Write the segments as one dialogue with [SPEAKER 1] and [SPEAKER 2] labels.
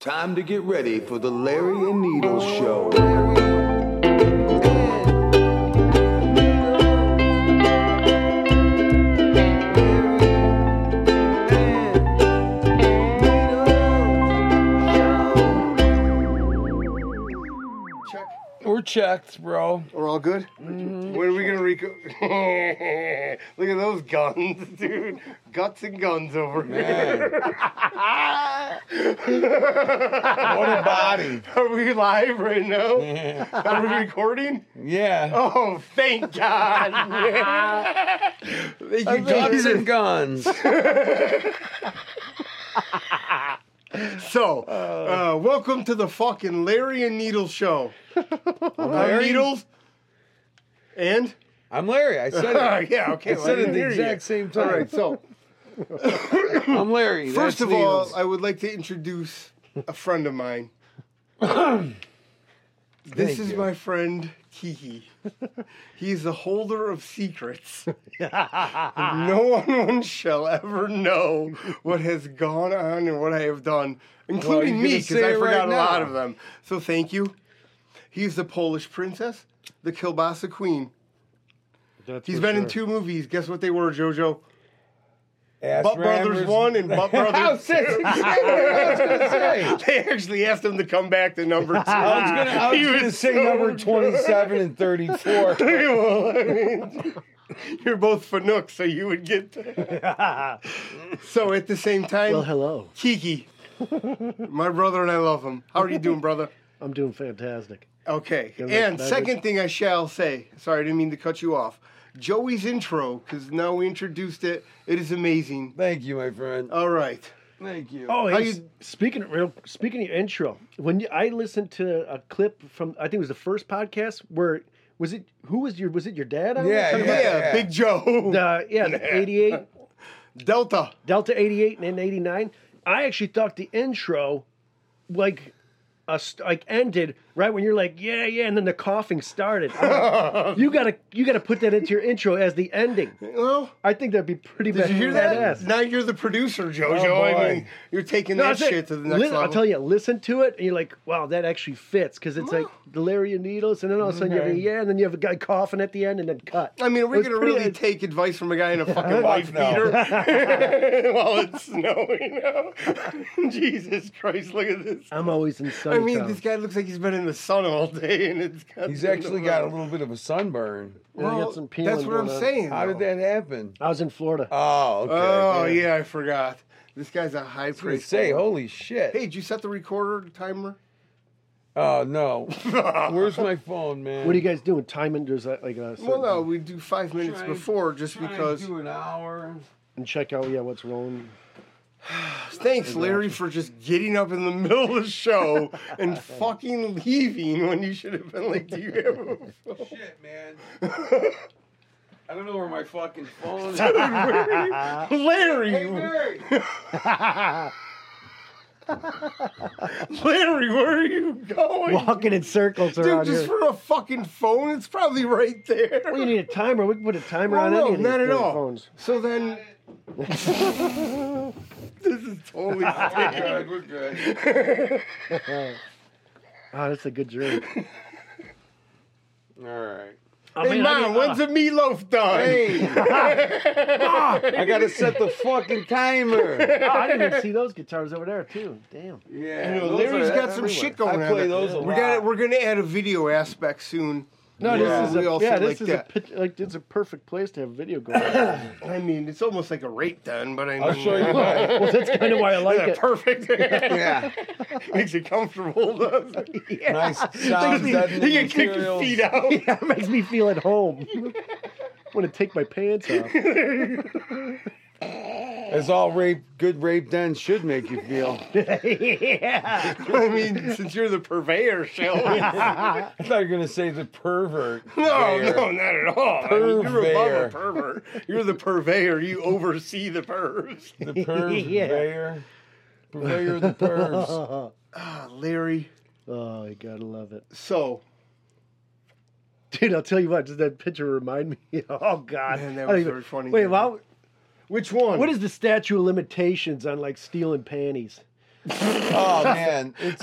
[SPEAKER 1] Time to get ready for the Larry and Needles show.
[SPEAKER 2] We're checked, bro.
[SPEAKER 3] We're all good.
[SPEAKER 2] Mm-hmm.
[SPEAKER 3] When are we gonna reco? Look at those guns, dude. Guts and guns over here.
[SPEAKER 2] What a body.
[SPEAKER 3] Are we live right now?
[SPEAKER 2] Yeah.
[SPEAKER 3] Are we recording? Oh, thank God!
[SPEAKER 2] You guns
[SPEAKER 3] Jesus.
[SPEAKER 2] and guns.
[SPEAKER 3] So, uh, welcome to the fucking Larry and Needles show. Larry?
[SPEAKER 2] Larry?
[SPEAKER 3] Needles and
[SPEAKER 2] I'm Larry. I said
[SPEAKER 3] Uh,
[SPEAKER 2] it.
[SPEAKER 3] yeah, okay.
[SPEAKER 2] I
[SPEAKER 3] well,
[SPEAKER 2] said it
[SPEAKER 3] didn't
[SPEAKER 2] the
[SPEAKER 3] hear you.
[SPEAKER 2] exact same
[SPEAKER 3] All
[SPEAKER 2] time.
[SPEAKER 3] right. So,
[SPEAKER 2] I'm Larry.
[SPEAKER 3] first
[SPEAKER 2] That's
[SPEAKER 3] of all, uh,
[SPEAKER 2] Needles.
[SPEAKER 3] I would like to introduce a friend of mine. This
[SPEAKER 2] Thank
[SPEAKER 3] is
[SPEAKER 2] you.
[SPEAKER 3] my friend Kiki. He's the holder of secrets. no one shall ever know what has gone on and what I have done, including
[SPEAKER 2] you're
[SPEAKER 3] me,
[SPEAKER 2] gonna
[SPEAKER 3] because
[SPEAKER 2] say
[SPEAKER 3] I
[SPEAKER 2] it right
[SPEAKER 3] forgot a lot
[SPEAKER 2] now.
[SPEAKER 3] of them. So thank you. He's the Polish princess, the Kielbasa queen.
[SPEAKER 4] That's
[SPEAKER 3] He's
[SPEAKER 4] for
[SPEAKER 3] been in
[SPEAKER 4] sure.
[SPEAKER 3] two movies. Guess what they were, JoJo?
[SPEAKER 2] Ass
[SPEAKER 3] Butt Brothers
[SPEAKER 2] Rammers.
[SPEAKER 3] 1 and Butt
[SPEAKER 2] I
[SPEAKER 3] Brothers
[SPEAKER 2] was exactly what I was gonna say.
[SPEAKER 3] They actually asked him to come back to number two.
[SPEAKER 2] I was
[SPEAKER 4] Oh,
[SPEAKER 2] gonna, I was
[SPEAKER 3] He
[SPEAKER 2] gonna
[SPEAKER 3] was
[SPEAKER 2] say
[SPEAKER 3] so
[SPEAKER 2] number
[SPEAKER 3] good.
[SPEAKER 2] 27 and 34.
[SPEAKER 3] Well, I mean, you're both Fanuc, so you would get. so at the same time,
[SPEAKER 4] Well, hello.
[SPEAKER 3] Kiki, my brother and I love him. How are you doing, brother?
[SPEAKER 4] I'm doing fantastic.
[SPEAKER 3] Okay.
[SPEAKER 4] Good
[SPEAKER 3] and
[SPEAKER 4] luck,
[SPEAKER 3] second thing I shall say, sorry, I didn't mean to cut you off. Joey's intro, because now we introduced it. It is amazing.
[SPEAKER 2] Thank you, my friend.
[SPEAKER 3] All right.
[SPEAKER 2] Thank you.
[SPEAKER 4] Oh,
[SPEAKER 3] How
[SPEAKER 4] hey,
[SPEAKER 3] you-
[SPEAKER 4] s- speaking of real, speaking of intro, when you, I listened to a clip from, I think it was the first podcast where was it? Who was your? Was it your dad? on
[SPEAKER 2] Yeah,
[SPEAKER 4] there
[SPEAKER 3] Yeah,
[SPEAKER 4] talking about-
[SPEAKER 2] yeah.
[SPEAKER 3] Big Joe.
[SPEAKER 4] Uh, yeah, the '88
[SPEAKER 3] Delta.
[SPEAKER 4] Delta '88 and then '89. I actually thought the intro, like. Uh, st- like ended right when you're like yeah yeah and then the coughing started I'm like, you gotta you gotta put that into your intro as the ending
[SPEAKER 3] Well,
[SPEAKER 4] i think that'd be pretty
[SPEAKER 3] did you hear that?
[SPEAKER 4] badass.
[SPEAKER 3] Now you're the producer, JoJo.
[SPEAKER 2] Oh,
[SPEAKER 3] I
[SPEAKER 2] boy.
[SPEAKER 3] mean, you're taking
[SPEAKER 4] No,
[SPEAKER 3] that
[SPEAKER 4] that's it.
[SPEAKER 3] shit to the next
[SPEAKER 4] Lis-
[SPEAKER 3] level.
[SPEAKER 4] I'll tell you, listen to it, and you're like, wow, that actually fits because it's like the Larry and Needles, and then all of a sudden you have a
[SPEAKER 2] Okay.
[SPEAKER 4] yeah, and then you have a guy coughing at the end, and then cut.
[SPEAKER 3] I mean, are
[SPEAKER 4] It
[SPEAKER 3] we
[SPEAKER 4] was
[SPEAKER 3] gonna
[SPEAKER 4] pretty-
[SPEAKER 3] really take advice from a guy in a fucking
[SPEAKER 2] Fuck
[SPEAKER 3] wife
[SPEAKER 2] no.
[SPEAKER 3] beater while it's snowing out? Jesus Christ, look at this.
[SPEAKER 4] I'm always in
[SPEAKER 3] I
[SPEAKER 4] sunny
[SPEAKER 3] mean,
[SPEAKER 4] town.
[SPEAKER 3] this guy looks like he's been in the sun all day, and it's got
[SPEAKER 2] He's actually got a little bit of a sunburn.
[SPEAKER 4] Yeah, I
[SPEAKER 3] Well,
[SPEAKER 4] got some peeling
[SPEAKER 3] that's what
[SPEAKER 4] going
[SPEAKER 3] I'm
[SPEAKER 4] on.
[SPEAKER 3] saying.
[SPEAKER 2] How did
[SPEAKER 3] though.
[SPEAKER 2] that happen?
[SPEAKER 4] I was in Florida.
[SPEAKER 3] Uh,
[SPEAKER 2] Oh, okay.
[SPEAKER 3] Oh yeah, I forgot. This guy's a high
[SPEAKER 2] I was gonna
[SPEAKER 3] priest.
[SPEAKER 2] say, holy shit.
[SPEAKER 3] hey, did you set the recorder timer?
[SPEAKER 2] Oh no. Where's my phone, man?
[SPEAKER 4] what are you guys doing? Timing? There's like, like a
[SPEAKER 3] Well, no, we do five minutes
[SPEAKER 2] Try-
[SPEAKER 3] before, just
[SPEAKER 2] Trying to
[SPEAKER 3] because.
[SPEAKER 2] do an hour.
[SPEAKER 4] and check out yeah what's rolling.
[SPEAKER 3] Thanks, Larry, for just getting up in the middle of the show and fucking leaving when you should have been like, "Do you have a
[SPEAKER 2] Shit, man. I don't know where my fucking phone is.
[SPEAKER 3] Larry,
[SPEAKER 2] Hey, Mary.
[SPEAKER 3] Larry, where are you going?
[SPEAKER 4] Walking in circles
[SPEAKER 3] Dude,
[SPEAKER 4] around
[SPEAKER 3] just
[SPEAKER 4] here.
[SPEAKER 3] for a fucking phone, it's probably right there.
[SPEAKER 4] Well, you need a timer. We can put a timer
[SPEAKER 3] Well,
[SPEAKER 4] on
[SPEAKER 3] no,
[SPEAKER 4] any of these
[SPEAKER 3] not at
[SPEAKER 4] damn
[SPEAKER 3] all.
[SPEAKER 4] phones.
[SPEAKER 3] So then, this is totally.
[SPEAKER 2] We're good, we're good.
[SPEAKER 4] Oh, that's a good drink.
[SPEAKER 2] All right.
[SPEAKER 4] I
[SPEAKER 3] Hey,
[SPEAKER 4] mean, I
[SPEAKER 3] mom,
[SPEAKER 4] mean,
[SPEAKER 3] when's the
[SPEAKER 4] uh,
[SPEAKER 3] meatloaf done?
[SPEAKER 2] Hey, I gotta set the fucking timer.
[SPEAKER 4] oh, I didn't even see those guitars over there too. Damn.
[SPEAKER 2] Yeah,
[SPEAKER 3] You know,
[SPEAKER 2] those
[SPEAKER 3] Larry's
[SPEAKER 2] are
[SPEAKER 3] got some
[SPEAKER 2] everywhere.
[SPEAKER 3] shit going on.
[SPEAKER 2] I play
[SPEAKER 3] there.
[SPEAKER 2] those a
[SPEAKER 3] we
[SPEAKER 2] lot.
[SPEAKER 3] got. We're gonna add a video aspect soon.
[SPEAKER 4] No,
[SPEAKER 2] Yeah.
[SPEAKER 4] this is
[SPEAKER 3] We all
[SPEAKER 4] a, yeah,
[SPEAKER 3] feel like
[SPEAKER 4] this is
[SPEAKER 3] that.
[SPEAKER 4] a pit- like it's a perfect place to have video going. on.
[SPEAKER 3] I mean, it's almost like a rape den, but I mean,
[SPEAKER 2] I'll show you mine.
[SPEAKER 4] well, that's kind of why I like
[SPEAKER 3] Yeah,
[SPEAKER 4] it.
[SPEAKER 3] perfect.
[SPEAKER 2] Yeah,
[SPEAKER 3] Makes you comfortable. Doesn't it?
[SPEAKER 2] nice sound
[SPEAKER 3] you can
[SPEAKER 2] deadening
[SPEAKER 3] kick your
[SPEAKER 2] materials.
[SPEAKER 3] feet out.
[SPEAKER 4] Yeah, it makes me feel at home. Want to take my pants off?
[SPEAKER 2] As all rape, good rape dens should make you feel.
[SPEAKER 4] yeah.
[SPEAKER 3] I mean, since you're the purveyor, shall we?
[SPEAKER 2] I thought you were gonna say the pervert.
[SPEAKER 3] No,
[SPEAKER 2] there.
[SPEAKER 3] no, not at all. I mean, you're above a
[SPEAKER 2] Purveyor.
[SPEAKER 3] pervert. You're the purveyor. You oversee the pervs.
[SPEAKER 2] The purveyor. Purveyor of the pervs.
[SPEAKER 3] Ah, Larry.
[SPEAKER 4] Oh, you gotta love it,
[SPEAKER 3] So,
[SPEAKER 4] dude. I'll tell you what. Does that picture remind me? Oh God,
[SPEAKER 3] Man, that
[SPEAKER 4] I
[SPEAKER 3] was
[SPEAKER 4] don't
[SPEAKER 3] very funny,
[SPEAKER 4] Wait,
[SPEAKER 3] dude.
[SPEAKER 4] wow.
[SPEAKER 3] which one?
[SPEAKER 4] What is the statute of limitations on like stealing panties?
[SPEAKER 2] Oh man, it's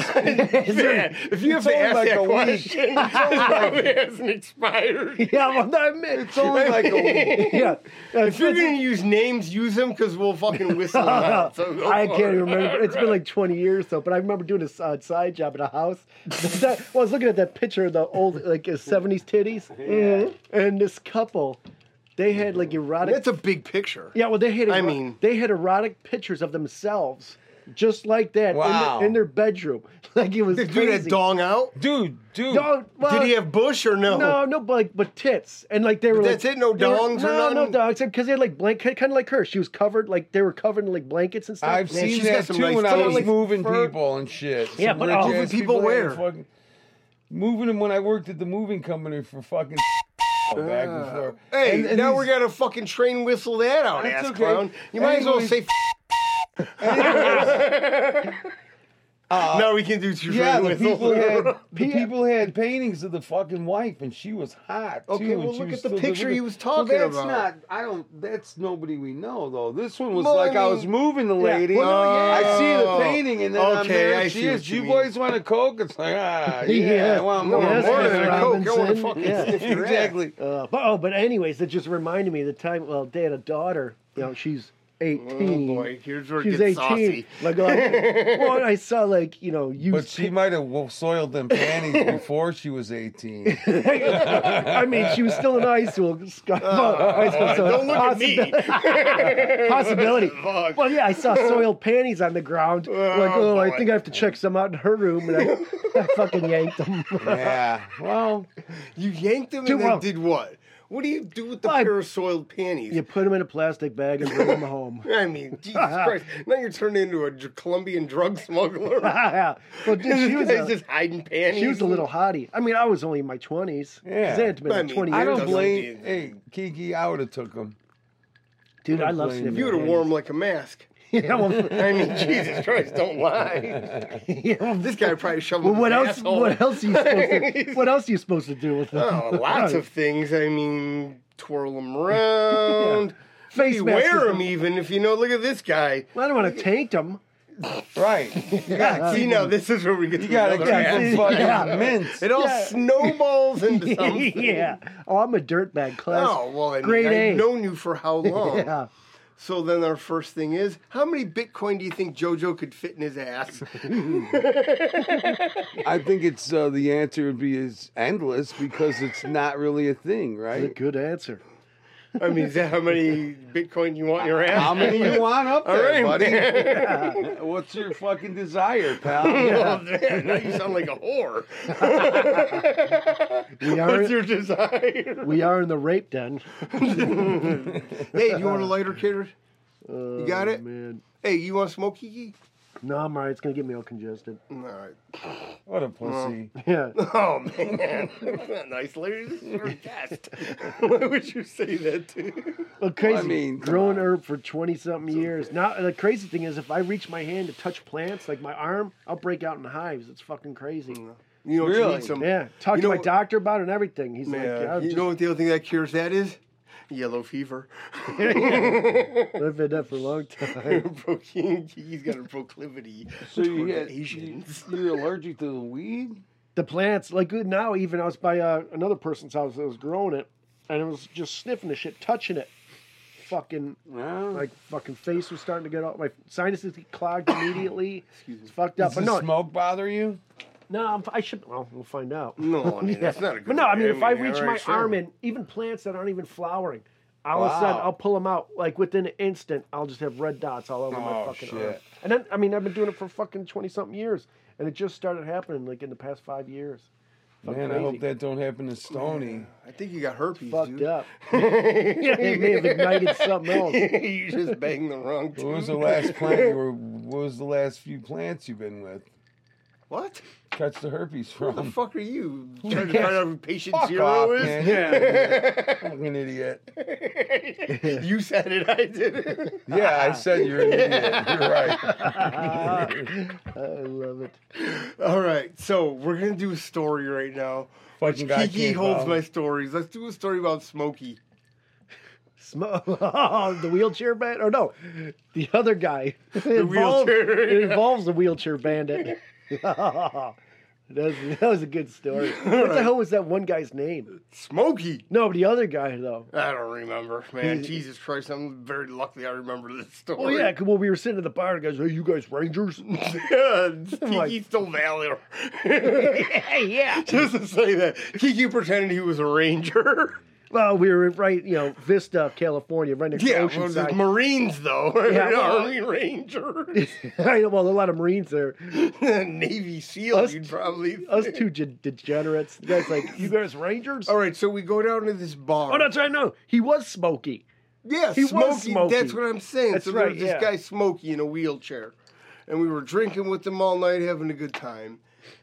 [SPEAKER 3] Man, if you
[SPEAKER 2] it's
[SPEAKER 3] have
[SPEAKER 2] only
[SPEAKER 3] to ask
[SPEAKER 2] like
[SPEAKER 3] that
[SPEAKER 2] a week.
[SPEAKER 3] question, it probably hasn't expired.
[SPEAKER 4] Yeah, well, I mean,
[SPEAKER 2] it's only like a week.
[SPEAKER 4] yeah.
[SPEAKER 3] If you're gonna use names, use them because we'll fucking whistle them out. So go
[SPEAKER 4] I
[SPEAKER 3] for
[SPEAKER 4] can't
[SPEAKER 3] it.
[SPEAKER 4] even remember. It's been like 20 years though, but I remember doing a uh, side job at a house. That- well, I was looking at that picture of the old like uh, 70s titties, and this couple, they had like erotic.
[SPEAKER 3] That's a big picture.
[SPEAKER 4] yeah, well, they had.
[SPEAKER 3] I
[SPEAKER 4] ero-
[SPEAKER 3] mean-
[SPEAKER 4] they had erotic pictures of themselves, just like that, in,
[SPEAKER 2] Wow.
[SPEAKER 4] the, in their bedroom. Like it was
[SPEAKER 3] This dude
[SPEAKER 4] crazy.
[SPEAKER 3] had dong out.
[SPEAKER 5] Dude, dude.
[SPEAKER 4] No, well,
[SPEAKER 3] Did he have bush or no?
[SPEAKER 4] No, no, but like, but tits, and like they were.
[SPEAKER 3] That's
[SPEAKER 4] like,
[SPEAKER 3] it? No
[SPEAKER 4] they were-
[SPEAKER 3] dongs or
[SPEAKER 4] no, no
[SPEAKER 3] nothing?
[SPEAKER 4] dogs, because they had like blanket, kind of like her. She was covered, like they were covered in like blankets and stuff.
[SPEAKER 2] I've
[SPEAKER 3] Man, she's
[SPEAKER 2] seen
[SPEAKER 3] got
[SPEAKER 2] that
[SPEAKER 3] some
[SPEAKER 2] too
[SPEAKER 3] nice
[SPEAKER 2] when I was
[SPEAKER 3] titties.
[SPEAKER 2] moving
[SPEAKER 4] Fur-
[SPEAKER 2] people and shit.
[SPEAKER 4] Yeah,
[SPEAKER 2] Some
[SPEAKER 4] but, uh,
[SPEAKER 2] rich-ass
[SPEAKER 4] moving
[SPEAKER 3] people
[SPEAKER 2] that
[SPEAKER 3] where?
[SPEAKER 2] were Fucking, moving them when I worked at the moving company for fucking back before.
[SPEAKER 3] Hey,
[SPEAKER 2] And- and
[SPEAKER 3] now
[SPEAKER 2] these-
[SPEAKER 3] we gotta fucking train whistle that out,
[SPEAKER 2] That's
[SPEAKER 3] ass
[SPEAKER 2] okay.
[SPEAKER 3] clown. You might as well
[SPEAKER 2] Anyways-
[SPEAKER 3] say. Uh, now we can do train
[SPEAKER 2] Yeah, the
[SPEAKER 3] whistle.
[SPEAKER 2] people had the people had paintings of the fucking wife, and she was hot. too,
[SPEAKER 3] Okay, well,
[SPEAKER 2] and she was
[SPEAKER 3] look at the
[SPEAKER 2] still living
[SPEAKER 3] picture
[SPEAKER 2] with-
[SPEAKER 3] he was talking
[SPEAKER 2] well, that's
[SPEAKER 3] about.
[SPEAKER 2] Not, I don't. That's nobody we know though. This one was
[SPEAKER 3] Well, I
[SPEAKER 2] like I, was
[SPEAKER 3] mean-
[SPEAKER 2] moving the lady.
[SPEAKER 4] Well, no,
[SPEAKER 2] I see
[SPEAKER 3] Oh.
[SPEAKER 2] the painting, and then I'm
[SPEAKER 3] Okay,
[SPEAKER 2] there.
[SPEAKER 3] I
[SPEAKER 2] she
[SPEAKER 3] see what
[SPEAKER 2] is.
[SPEAKER 3] you
[SPEAKER 2] You
[SPEAKER 3] mean.
[SPEAKER 2] boys want a coke? It's like ah, yeah. I want
[SPEAKER 3] No,
[SPEAKER 2] more,
[SPEAKER 3] Yes,
[SPEAKER 2] more
[SPEAKER 3] Mr.
[SPEAKER 2] than a coke.
[SPEAKER 3] Coke. I want to fucking
[SPEAKER 4] yeah.
[SPEAKER 3] stiff your ass.
[SPEAKER 2] Exactly.
[SPEAKER 4] Uh, but oh, but anyways, it just reminded me of the time. Well, they had a daughter. You know, she's eighteen.
[SPEAKER 3] Oh boy, here's where it
[SPEAKER 4] she's
[SPEAKER 3] gets saucy.
[SPEAKER 4] eighteen. Like, like, well, I saw like you know, you.
[SPEAKER 2] But she might have wo- soiled them panties before she was 18.
[SPEAKER 4] I mean, she was still in high school. Well, high school so
[SPEAKER 3] Uh, Don't look at me.
[SPEAKER 4] Possibility.
[SPEAKER 3] Fuck.
[SPEAKER 4] Well, yeah, I saw soiled panties on the ground. like, oh, I
[SPEAKER 3] boy.
[SPEAKER 4] think I have to check some out in her room, and I, I fucking yanked them.
[SPEAKER 2] yeah. Well,
[SPEAKER 3] You yanked them
[SPEAKER 4] Too
[SPEAKER 3] and then
[SPEAKER 4] wrong.
[SPEAKER 3] did what? What do you do with the
[SPEAKER 4] Well, I-
[SPEAKER 3] pair of soiled panties?
[SPEAKER 4] you put them in a plastic bag and bring them home.
[SPEAKER 3] I mean, Jesus Christ! Now you're turned into a dr- Colombian drug smuggler.
[SPEAKER 4] well, dude, she
[SPEAKER 3] this
[SPEAKER 4] was
[SPEAKER 3] guy's
[SPEAKER 4] a-
[SPEAKER 3] just hiding panties.
[SPEAKER 4] She was a little hottie. I mean, I was only in my twenties.
[SPEAKER 2] Yeah.
[SPEAKER 4] they had to be
[SPEAKER 3] I
[SPEAKER 4] like
[SPEAKER 3] mean,
[SPEAKER 4] twenty
[SPEAKER 2] I
[SPEAKER 4] years.
[SPEAKER 2] don't
[SPEAKER 3] doesn't
[SPEAKER 4] ago.
[SPEAKER 2] blame.
[SPEAKER 3] mean-
[SPEAKER 2] Hey, Kiki, I would have took them.
[SPEAKER 4] dude. I love
[SPEAKER 2] blame you.
[SPEAKER 4] sniffing.
[SPEAKER 3] You would have
[SPEAKER 4] panties.
[SPEAKER 3] worn them like a mask.
[SPEAKER 4] yeah, well,
[SPEAKER 3] I mean, Jesus Christ! Don't lie.
[SPEAKER 4] yeah, well,
[SPEAKER 3] This guy probably shoved.
[SPEAKER 4] well,
[SPEAKER 3] him
[SPEAKER 4] what
[SPEAKER 3] his
[SPEAKER 4] else?
[SPEAKER 3] asshole.
[SPEAKER 4] What else are you supposed to? what else are you supposed to do with them?
[SPEAKER 3] Oh, lots of things. I mean, twirl them around.
[SPEAKER 4] face
[SPEAKER 3] You
[SPEAKER 4] masks.
[SPEAKER 3] wear them even if you know. Look at this guy.
[SPEAKER 4] Well, I don't want to taint them.
[SPEAKER 2] Right. You gotta
[SPEAKER 3] See
[SPEAKER 2] keep
[SPEAKER 3] now, this is where we get.
[SPEAKER 2] You
[SPEAKER 3] to
[SPEAKER 2] gotta keep
[SPEAKER 3] another ass.
[SPEAKER 2] them fucking
[SPEAKER 4] Yeah.
[SPEAKER 2] mint.
[SPEAKER 3] It all
[SPEAKER 4] Yeah.
[SPEAKER 3] snowballs into something.
[SPEAKER 4] yeah. Oh, I'm a dirtbag class.
[SPEAKER 3] Oh well, I mean,
[SPEAKER 4] Grade
[SPEAKER 3] I've
[SPEAKER 4] A.
[SPEAKER 3] known you for how long?
[SPEAKER 4] Yeah.
[SPEAKER 3] So then our first thing is, how many Bitcoin do you think JoJo could fit in his ass?
[SPEAKER 2] I think it's uh, the answer would be is endless because it's not really a thing, right?
[SPEAKER 4] Good answer.
[SPEAKER 3] I mean, is that how many Bitcoin you want in your ass?
[SPEAKER 2] How many you want up there,
[SPEAKER 3] All
[SPEAKER 2] buddy? What's your fucking desire, pal?
[SPEAKER 3] Oh, man, now you sound like a whore.
[SPEAKER 4] We are
[SPEAKER 3] What's your desire?
[SPEAKER 4] we are in the rape den.
[SPEAKER 3] Hey, do you want a lighter, kidder? You got it?
[SPEAKER 4] Oh, Man.
[SPEAKER 3] Hey, you want smoke, Kiki?
[SPEAKER 4] No, I'm alright. It's gonna get me all congested.
[SPEAKER 3] All right.
[SPEAKER 2] What a pussy.
[SPEAKER 4] Yeah.
[SPEAKER 3] Oh man, nice ladies. This is your guest. Why would you say that to?
[SPEAKER 4] Well, crazy.
[SPEAKER 2] mean, come
[SPEAKER 4] growing
[SPEAKER 2] on.
[SPEAKER 4] herb for twenty something years. Now the crazy thing is, if I reach my hand to touch plants, like my arm, I'll break out in hives. It's fucking crazy.
[SPEAKER 3] You know, what you
[SPEAKER 2] Really?
[SPEAKER 3] need some.
[SPEAKER 4] Yeah, talk
[SPEAKER 3] Mm. You
[SPEAKER 4] to
[SPEAKER 3] know
[SPEAKER 4] my
[SPEAKER 3] what-
[SPEAKER 4] doctor about it and everything. He's like,
[SPEAKER 3] Man,
[SPEAKER 4] yeah,
[SPEAKER 3] you
[SPEAKER 4] just
[SPEAKER 3] know what the other thing that cures that is? Yellow fever.
[SPEAKER 4] I've been that for a long time.
[SPEAKER 3] Prokin- He's got a proclivity
[SPEAKER 2] So you
[SPEAKER 3] toward
[SPEAKER 2] get you,
[SPEAKER 3] Asians.
[SPEAKER 2] you're allergic to the weed?
[SPEAKER 4] the plants, like good now, even I was by uh, another person's house that was growing it, and it was just sniffing the shit, touching it. Fucking
[SPEAKER 2] No.
[SPEAKER 4] like fucking face was starting to get all my sinuses clogged immediately. It's fucked
[SPEAKER 2] Does
[SPEAKER 4] up. But
[SPEAKER 2] the
[SPEAKER 4] no,
[SPEAKER 2] smoke bother you?
[SPEAKER 4] no, I'm, I should. Well, we'll find out.
[SPEAKER 3] No, I mean, that's not a good
[SPEAKER 4] But no, I mean, if I reach
[SPEAKER 3] all
[SPEAKER 4] my
[SPEAKER 3] right, sure.
[SPEAKER 4] arm in, even plants that aren't even flowering, all of a
[SPEAKER 2] Wow.
[SPEAKER 4] sudden I'll pull them out. Like within an instant, I'll just have red dots all over my
[SPEAKER 2] Oh,
[SPEAKER 4] fucking
[SPEAKER 2] shit.
[SPEAKER 4] arm. And then, I mean, I've been doing it for fucking 20 something years. And it just started happening like in the past five years.
[SPEAKER 2] Man, I
[SPEAKER 4] crazy.
[SPEAKER 2] hope that don't happen to Stony.
[SPEAKER 3] I think you got herpes,
[SPEAKER 4] Fucked
[SPEAKER 3] dude.
[SPEAKER 4] up. it may have ignited something else.
[SPEAKER 3] you just banged the wrong
[SPEAKER 2] What was
[SPEAKER 3] tooth.
[SPEAKER 2] the last plant you were what was the last few plants you've been with?
[SPEAKER 3] What?
[SPEAKER 2] Catch the herpes
[SPEAKER 3] Who the
[SPEAKER 2] from.
[SPEAKER 3] fuck are you? Trying to find out who patient
[SPEAKER 2] Fuck
[SPEAKER 3] zero
[SPEAKER 2] off,
[SPEAKER 3] is?
[SPEAKER 2] man. Yeah. Fucking idiot.
[SPEAKER 3] you said it, I did it.
[SPEAKER 2] Yeah, I said you're an idiot. You're right.
[SPEAKER 4] Ah, I love it.
[SPEAKER 3] All right, so we're going to do a story right now.
[SPEAKER 2] Fucking guy
[SPEAKER 3] Kiki
[SPEAKER 2] can't
[SPEAKER 3] holds
[SPEAKER 2] bow.
[SPEAKER 3] my stories. Let's do a story about Smokey.
[SPEAKER 4] Smo- the wheelchair bandit? Or no, the other guy. It involved-
[SPEAKER 3] wheelchair-
[SPEAKER 4] It involves the wheelchair bandit. that, was, that was a good story. What the hell was that one guy's name?
[SPEAKER 3] Smokey.
[SPEAKER 4] No, but the other guy though.
[SPEAKER 3] I don't remember, man.
[SPEAKER 4] He's-
[SPEAKER 3] Jesus Christ, I'm very lucky I remember this story.
[SPEAKER 4] Oh yeah, 'cause- well we were sitting at the bar and the guys, hey, you guys Rangers?
[SPEAKER 3] yeah, Kiki's still valid.
[SPEAKER 4] yeah, yeah.
[SPEAKER 3] Just to say that Kiki pretended he was a ranger.
[SPEAKER 4] Well, we were right, you know, Vista, California, right next
[SPEAKER 3] Yeah,
[SPEAKER 4] to
[SPEAKER 3] well, the
[SPEAKER 4] Oceanside.
[SPEAKER 3] Marines though,
[SPEAKER 4] Yeah, well- uh,
[SPEAKER 3] Army Ranger,
[SPEAKER 4] I know, well, a lot of Marines there.
[SPEAKER 3] Navy SEAL.
[SPEAKER 4] Us
[SPEAKER 3] you'd
[SPEAKER 4] t-
[SPEAKER 3] probably
[SPEAKER 4] Us two de- degenerates. The guy's like, you guys Rangers?
[SPEAKER 3] All right, so we go down to this bar.
[SPEAKER 4] Oh, that's right. No, he was Smokey.
[SPEAKER 3] yeah,
[SPEAKER 4] he was
[SPEAKER 3] Smokey.
[SPEAKER 4] Smokey.
[SPEAKER 3] That's what I'm saying.
[SPEAKER 4] That's
[SPEAKER 3] so there
[SPEAKER 4] right,
[SPEAKER 3] was this
[SPEAKER 4] yeah.
[SPEAKER 3] guy Smokey in a wheelchair, and we were drinking with them all night, having a good time.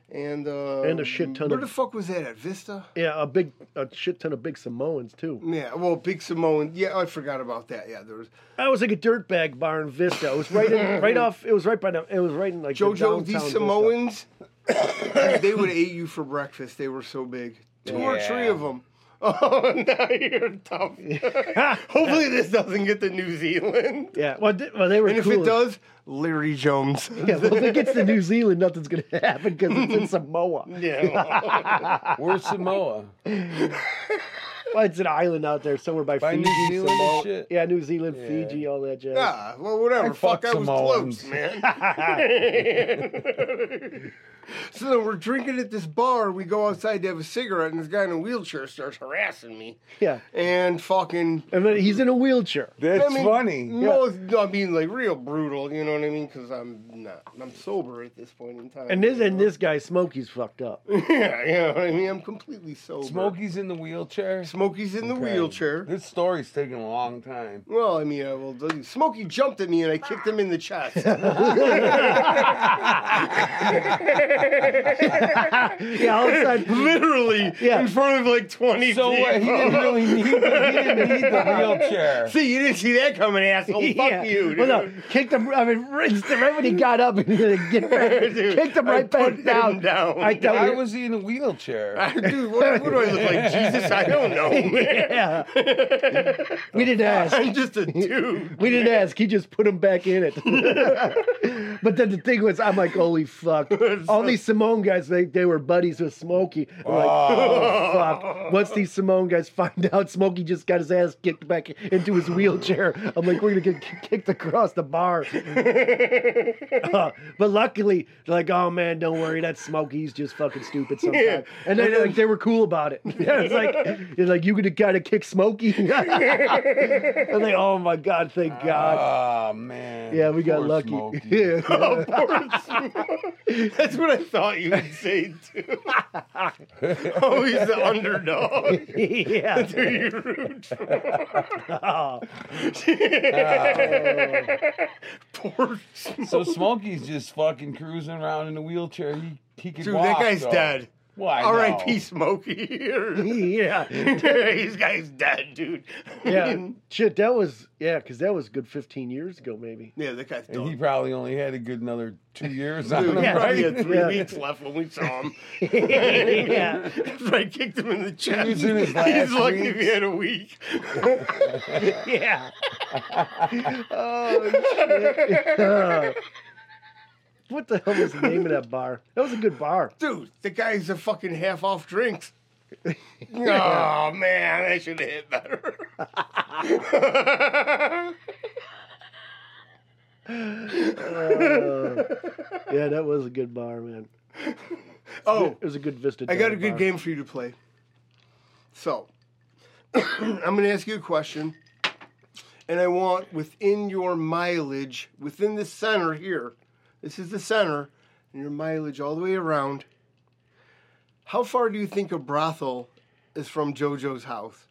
[SPEAKER 3] And uh,
[SPEAKER 4] And a shit ton
[SPEAKER 3] Where
[SPEAKER 4] of-
[SPEAKER 3] the fuck was that at Vista?
[SPEAKER 4] Yeah, a big, a shit ton of big Samoans too.
[SPEAKER 3] Yeah, well, Big Samoan. Yeah, I forgot about that. Yeah, there was
[SPEAKER 4] I was like a dirtbag bar in Vista. It was right in, right off. It was right by the. It was right in like the
[SPEAKER 3] JoJo.
[SPEAKER 4] downtown
[SPEAKER 3] These
[SPEAKER 4] Vista.
[SPEAKER 3] Samoans, they would eat you for breakfast. They were so big. Two or
[SPEAKER 2] Yeah.
[SPEAKER 3] three of them. Oh, now you're tough. Hopefully, this doesn't get to New Zealand.
[SPEAKER 4] Yeah, well, they, well, they were
[SPEAKER 3] And if
[SPEAKER 4] cool.
[SPEAKER 3] it does, Larry Jones.
[SPEAKER 4] yeah, well, if it gets to New Zealand, nothing's gonna happen because it's in Samoa.
[SPEAKER 3] Yeah.
[SPEAKER 2] Where's Samoa?
[SPEAKER 4] Well, it's an island out there somewhere by,
[SPEAKER 2] By
[SPEAKER 4] Fiji.
[SPEAKER 2] New Zealand
[SPEAKER 4] Samoa.
[SPEAKER 2] and shit?
[SPEAKER 4] Yeah, New Zealand, Fiji, all that jazz.
[SPEAKER 3] Ah, well, whatever.
[SPEAKER 2] I
[SPEAKER 3] Fuck,
[SPEAKER 2] fuck
[SPEAKER 3] I was
[SPEAKER 2] Samoans.
[SPEAKER 3] close, man. so then we're drinking at this bar. We go outside to have a cigarette, and this guy in a wheelchair starts harassing me.
[SPEAKER 4] Yeah.
[SPEAKER 3] And fucking
[SPEAKER 4] And then he's in a wheelchair.
[SPEAKER 2] That's
[SPEAKER 3] I mean,
[SPEAKER 2] funny.
[SPEAKER 3] No, no, I mean like real brutal. You know what I mean? Because I'm not. I'm sober at this point in time.
[SPEAKER 4] And this and this guy Smokey's fucked up.
[SPEAKER 3] yeah, you know what I mean. I'm completely sober.
[SPEAKER 2] Smokey's in the wheelchair.
[SPEAKER 3] Smokey's in the
[SPEAKER 2] Okay.
[SPEAKER 3] wheelchair.
[SPEAKER 2] This story's taking a long time.
[SPEAKER 3] Well, I mean, I will. Smokey jumped at me and I kicked him in the chest.
[SPEAKER 4] Yeah, all of a sudden,
[SPEAKER 3] Literally
[SPEAKER 4] Yeah.
[SPEAKER 3] in front of like 20
[SPEAKER 2] So what? He
[SPEAKER 3] people.
[SPEAKER 2] didn't really need. He didn't need the wheelchair.
[SPEAKER 3] See, you didn't see that coming, asshole.
[SPEAKER 4] Yeah.
[SPEAKER 3] Oh, Fuck you, dude.
[SPEAKER 4] Well, no, kicked him. I mean, rinsed him right when he got up and get back,
[SPEAKER 3] Dude,
[SPEAKER 4] kicked him
[SPEAKER 3] I
[SPEAKER 4] right
[SPEAKER 3] put
[SPEAKER 4] back
[SPEAKER 3] him
[SPEAKER 4] down.
[SPEAKER 3] down.
[SPEAKER 4] I thought
[SPEAKER 2] Why
[SPEAKER 4] we-
[SPEAKER 2] was he in a wheelchair?
[SPEAKER 3] Dude, what, what do I look like? Jesus, I don't know. man.
[SPEAKER 4] Yeah, we didn't ask.
[SPEAKER 3] I'm just a dude.
[SPEAKER 4] We didn't ask. He just put him back in it. but then the thing was, I'm like, holy fuck! All these Simone guys, they they were buddies with Smokey. I'm like, oh fuck! Once these Simone guys find out Smokey just got his ass kicked back into his wheelchair, I'm like, we're gonna get k- kicked across the bar. Uh, but luckily, they're like, oh man, don't worry, that's Smokey. He's just fucking stupid sometimes.
[SPEAKER 3] Yeah.
[SPEAKER 4] And then like they were cool about it. Yeah, it's like it's like you gonna kind of kick Smokey. and they, oh my god, thank God.
[SPEAKER 2] Oh man.
[SPEAKER 4] Yeah, we got
[SPEAKER 2] Poor
[SPEAKER 4] lucky.
[SPEAKER 2] Smokey.
[SPEAKER 4] Yeah.
[SPEAKER 3] Oh, poor Smoke. That's what I thought you would say too. oh, he's the underdog.
[SPEAKER 4] yeah.
[SPEAKER 3] Who you root for?
[SPEAKER 4] Oh.
[SPEAKER 3] Poor Smoke.
[SPEAKER 2] So Smokey's just fucking cruising around in a wheelchair. He he could
[SPEAKER 3] Dude,
[SPEAKER 2] walk.
[SPEAKER 3] that guy's
[SPEAKER 2] though.
[SPEAKER 3] dead.
[SPEAKER 2] Why?
[SPEAKER 3] R.I.P.
[SPEAKER 2] no.
[SPEAKER 3] Smokey.
[SPEAKER 4] Yeah.
[SPEAKER 3] this guy's dead, dude. I
[SPEAKER 4] Yeah.
[SPEAKER 3] mean,
[SPEAKER 4] Shit, that was yeah, because that was a good fifteen years ago maybe.
[SPEAKER 3] yeah, that guy's
[SPEAKER 2] And he
[SPEAKER 3] done.
[SPEAKER 2] probably only had a good another two years on
[SPEAKER 3] Dude,
[SPEAKER 2] him,
[SPEAKER 3] he
[SPEAKER 4] Yeah.
[SPEAKER 3] probably had
[SPEAKER 2] right?
[SPEAKER 3] three
[SPEAKER 4] Yeah.
[SPEAKER 3] weeks left when we saw him.
[SPEAKER 4] yeah.
[SPEAKER 3] I kicked him in the chest.
[SPEAKER 2] was in his
[SPEAKER 3] He's
[SPEAKER 2] last
[SPEAKER 3] lucky
[SPEAKER 2] weeks.
[SPEAKER 3] if he had a week.
[SPEAKER 4] Yeah. oh shit. Uh, what the hell was the name of that bar? That was a good bar.
[SPEAKER 3] Dude, the guy's a fucking half off drinks. oh man, I should have hit better.
[SPEAKER 4] Yeah, that was a good bar, man.
[SPEAKER 3] oh,
[SPEAKER 4] It was a good Vista.
[SPEAKER 3] I got a good
[SPEAKER 4] bar.
[SPEAKER 3] game for you to play. So, I'm going to ask you a question, and I want within your mileage, within the center here, this is the center, and your mileage all the way around. How far do you think a brothel is from JoJo's house?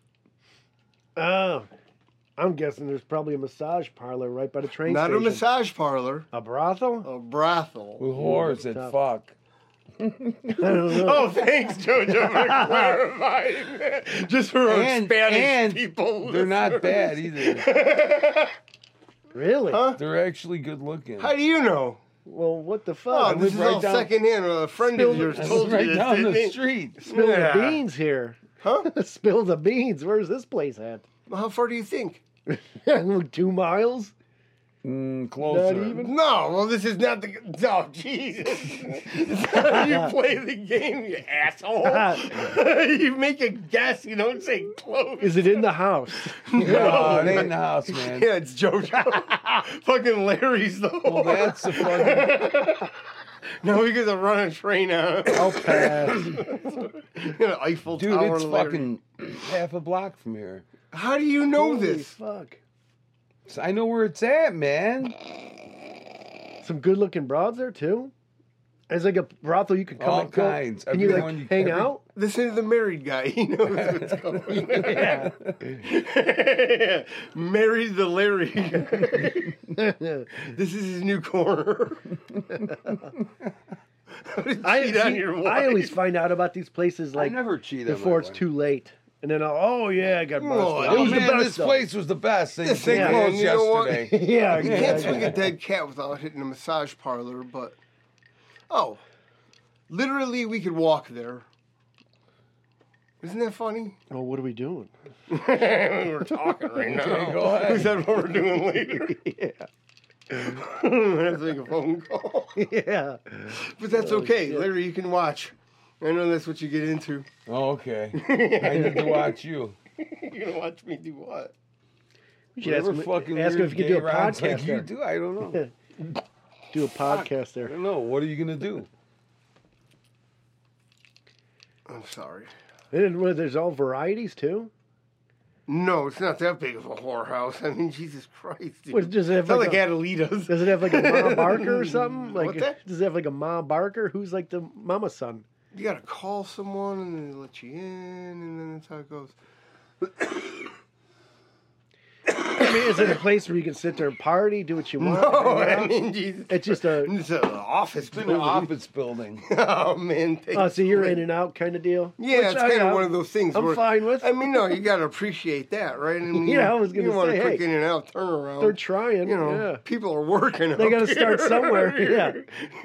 [SPEAKER 4] Oh, I'm guessing there's probably a massage parlor right by the train
[SPEAKER 3] Not a
[SPEAKER 4] station.
[SPEAKER 3] massage parlor,
[SPEAKER 4] A brothel?
[SPEAKER 3] a brothel.
[SPEAKER 2] With whores that
[SPEAKER 4] tough.
[SPEAKER 2] fuck.
[SPEAKER 3] Oh, thanks, JoJo, for clarifying that. Just for our
[SPEAKER 2] And-
[SPEAKER 3] Spanish
[SPEAKER 2] and
[SPEAKER 3] people.
[SPEAKER 2] They're not bad either.
[SPEAKER 4] Really?
[SPEAKER 3] Huh?
[SPEAKER 2] They're actually good looking.
[SPEAKER 3] How do you know?
[SPEAKER 4] Well, what the
[SPEAKER 3] Oh,
[SPEAKER 4] fuck?
[SPEAKER 2] live
[SPEAKER 3] this is
[SPEAKER 2] right
[SPEAKER 3] all
[SPEAKER 2] down-
[SPEAKER 3] secondhand. A friend
[SPEAKER 4] Spill
[SPEAKER 3] of
[SPEAKER 4] the-
[SPEAKER 3] yours
[SPEAKER 2] This
[SPEAKER 3] told
[SPEAKER 2] is right
[SPEAKER 3] you this,
[SPEAKER 2] down
[SPEAKER 3] didn't
[SPEAKER 2] the
[SPEAKER 3] he?
[SPEAKER 2] street.
[SPEAKER 4] Spill
[SPEAKER 3] Yeah.
[SPEAKER 4] the beans here.
[SPEAKER 3] Huh?
[SPEAKER 4] Spill the beans. Where's this place at?
[SPEAKER 3] Well, How far do you think?
[SPEAKER 4] Two miles?
[SPEAKER 2] Mm, closer.
[SPEAKER 4] even?
[SPEAKER 3] No, well, this is not the. g- No, Jesus. It's not how you play the game, you
[SPEAKER 2] Uh-huh.
[SPEAKER 3] asshole. you make a guess, you don't say close.
[SPEAKER 4] Is it in the house?
[SPEAKER 2] No, it ain't in the house, man.
[SPEAKER 3] Yeah, it's JoJo. fucking Larry's, though.
[SPEAKER 2] Well, that's the fucking.
[SPEAKER 3] no, because I'm running a train out.
[SPEAKER 2] I'll pass.
[SPEAKER 3] An Eiffel
[SPEAKER 2] Dude,
[SPEAKER 3] Tower
[SPEAKER 2] it's
[SPEAKER 3] Larry.
[SPEAKER 2] fucking half a block from here.
[SPEAKER 3] How do you know
[SPEAKER 4] Holy
[SPEAKER 3] this?
[SPEAKER 4] fuck.
[SPEAKER 2] So I know where it's at, man.
[SPEAKER 4] Some good looking broads there too? As like a brothel you could come
[SPEAKER 2] All
[SPEAKER 4] and go-
[SPEAKER 2] kinds.
[SPEAKER 4] Can you like
[SPEAKER 2] Everyone you-
[SPEAKER 4] hang
[SPEAKER 2] every-
[SPEAKER 4] out?
[SPEAKER 3] This is the married guy. He knows what's going
[SPEAKER 4] Yeah.
[SPEAKER 3] on. married the Larry. this is his new corner.
[SPEAKER 4] I,
[SPEAKER 3] Cheat on
[SPEAKER 4] see,
[SPEAKER 3] your
[SPEAKER 4] I
[SPEAKER 3] wife.
[SPEAKER 4] always find out about these places like
[SPEAKER 2] I never cheat on my
[SPEAKER 4] before it's
[SPEAKER 2] wife.
[SPEAKER 4] too late. And then I'll, oh yeah, I got busted.
[SPEAKER 3] Oh,
[SPEAKER 4] It
[SPEAKER 2] Oh,
[SPEAKER 4] was the
[SPEAKER 2] man,
[SPEAKER 4] best
[SPEAKER 2] this
[SPEAKER 4] though.
[SPEAKER 2] place was the best. They, they
[SPEAKER 3] man,
[SPEAKER 2] closed
[SPEAKER 3] you know what?
[SPEAKER 2] yesterday.
[SPEAKER 4] Yeah,
[SPEAKER 3] You can't
[SPEAKER 4] exactly.
[SPEAKER 3] swing a dead cat without hitting a massage parlor, but oh, literally, we could walk there. Isn't that funny?
[SPEAKER 4] Oh, what are we doing?
[SPEAKER 3] We're talking right
[SPEAKER 2] Okay, go ahead.
[SPEAKER 3] Is that what we're doing later?
[SPEAKER 4] Yeah.
[SPEAKER 3] I'm gonna have to make a phone call.
[SPEAKER 4] Yeah.
[SPEAKER 3] But that's okay. Larry, you can watch. I know that's what you get into.
[SPEAKER 2] Oh, okay. I need to watch you.
[SPEAKER 3] You're gonna watch me do what?
[SPEAKER 4] We should ask
[SPEAKER 2] Whatever
[SPEAKER 4] him,
[SPEAKER 2] fucking
[SPEAKER 4] ask him
[SPEAKER 2] weird
[SPEAKER 4] if he
[SPEAKER 2] gay
[SPEAKER 4] can do a
[SPEAKER 2] rounds
[SPEAKER 4] podcast
[SPEAKER 2] like you
[SPEAKER 4] there.
[SPEAKER 2] do. I don't know.
[SPEAKER 4] Do a podcast
[SPEAKER 2] I
[SPEAKER 4] there.
[SPEAKER 2] don't know. What are you gonna do?
[SPEAKER 3] I'm sorry.
[SPEAKER 4] And then, well, there's all varieties too.
[SPEAKER 3] No, it's not that big of a whorehouse. I mean, Jesus Christ. Dude.
[SPEAKER 4] What, does it have
[SPEAKER 3] it's not
[SPEAKER 4] like
[SPEAKER 3] like,
[SPEAKER 4] a-
[SPEAKER 3] Adelita's.
[SPEAKER 4] Does it have like a Ma Barker or something? Like,
[SPEAKER 3] What's that?
[SPEAKER 4] does it have like a Ma Barker? Who's like the mama son?
[SPEAKER 3] You gotta call someone and then they let you in, and then that's how it goes.
[SPEAKER 4] I mean, is it a place where you can sit there and party, do what you want?
[SPEAKER 3] Oh, I mean, Jesus.
[SPEAKER 4] It's just a
[SPEAKER 3] It's an office
[SPEAKER 2] It's in an
[SPEAKER 3] building.
[SPEAKER 2] office building.
[SPEAKER 3] Oh, man. thank
[SPEAKER 4] oh, so you're in
[SPEAKER 3] you.
[SPEAKER 4] and out kind of deal.
[SPEAKER 3] Yeah,
[SPEAKER 4] Which
[SPEAKER 3] it's
[SPEAKER 4] I-
[SPEAKER 3] kind
[SPEAKER 4] I'm-
[SPEAKER 3] of one of those things.
[SPEAKER 4] I'm
[SPEAKER 3] where,
[SPEAKER 4] fine with.
[SPEAKER 3] I mean, no, you got to appreciate that, right? I mean,
[SPEAKER 4] Yeah, I was
[SPEAKER 3] you
[SPEAKER 4] gonna
[SPEAKER 3] want
[SPEAKER 4] say,
[SPEAKER 3] a quick
[SPEAKER 4] hey,
[SPEAKER 3] in and out turnaround.
[SPEAKER 4] They're trying.
[SPEAKER 3] you know,
[SPEAKER 4] yeah.
[SPEAKER 3] people are working.
[SPEAKER 4] They
[SPEAKER 3] up
[SPEAKER 4] gotta start
[SPEAKER 3] here.
[SPEAKER 4] somewhere, yeah.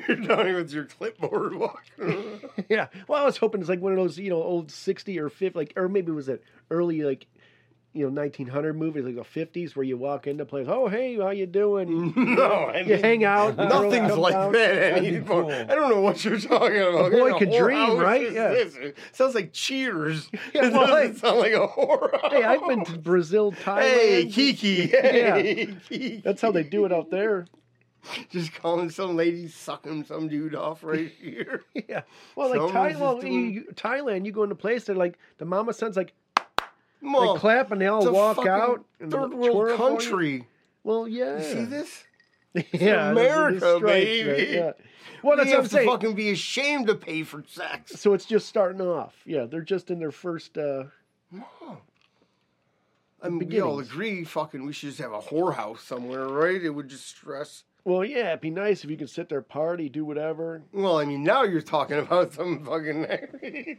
[SPEAKER 3] you're done with your clipboard walking. around.
[SPEAKER 4] Yeah. Well, I was hoping it's like one of those, you know, old 60 or 50, like, or maybe it was an early, like, you know, 1900 movies, like the 50s, where you walk into place, oh, hey, how you doing?
[SPEAKER 3] no, I mean,
[SPEAKER 4] You hang out. the girl
[SPEAKER 3] Nothing's
[SPEAKER 4] comes
[SPEAKER 3] Mm. like
[SPEAKER 4] out.
[SPEAKER 3] that
[SPEAKER 2] be
[SPEAKER 3] anymore.
[SPEAKER 2] cool.
[SPEAKER 3] I don't know what you're talking about.
[SPEAKER 4] boy
[SPEAKER 3] What
[SPEAKER 4] could
[SPEAKER 3] kind of
[SPEAKER 4] dream,
[SPEAKER 3] whorehouse
[SPEAKER 4] right?
[SPEAKER 3] is
[SPEAKER 4] Yeah.
[SPEAKER 3] this? It sounds like Cheers.
[SPEAKER 4] Yeah,
[SPEAKER 3] it
[SPEAKER 4] well,
[SPEAKER 3] doesn't
[SPEAKER 4] hey.
[SPEAKER 3] sound like a horror.
[SPEAKER 4] Hey, I've been to Brazil, Thailand.
[SPEAKER 3] Hey, Kiki. Hey, Kiki.
[SPEAKER 4] That's how they do it out there.
[SPEAKER 3] Just calling some lady sucking some dude off right here.
[SPEAKER 4] Yeah. Well, like
[SPEAKER 3] Someone's just
[SPEAKER 4] Thailand,
[SPEAKER 3] doing-
[SPEAKER 4] you, Thailand, you go into place, they're like, the mama son's like, they
[SPEAKER 3] Mom,
[SPEAKER 4] clap and they all
[SPEAKER 3] it's a
[SPEAKER 4] walk
[SPEAKER 3] fucking
[SPEAKER 4] out. and
[SPEAKER 3] Third
[SPEAKER 4] twirl
[SPEAKER 3] world
[SPEAKER 4] for you.
[SPEAKER 3] country.
[SPEAKER 4] Well, yeah.
[SPEAKER 3] You see this?
[SPEAKER 4] Yeah.
[SPEAKER 3] America,
[SPEAKER 4] this is straight,
[SPEAKER 3] baby.
[SPEAKER 4] right, Yeah.
[SPEAKER 3] You
[SPEAKER 4] Well, that's what I'm
[SPEAKER 3] have to
[SPEAKER 4] saying.
[SPEAKER 3] fucking be ashamed to pay for sex.
[SPEAKER 4] So it's just starting off. Yeah, they're just in their first. Uh,
[SPEAKER 3] I mean, we all
[SPEAKER 4] beginnings. agree,
[SPEAKER 3] agree, fucking, we should just have a whorehouse somewhere, right? It would just stress.
[SPEAKER 4] well, yeah, it'd be nice if you could sit there, party, do whatever.
[SPEAKER 3] Well, I mean, now you're talking about some fucking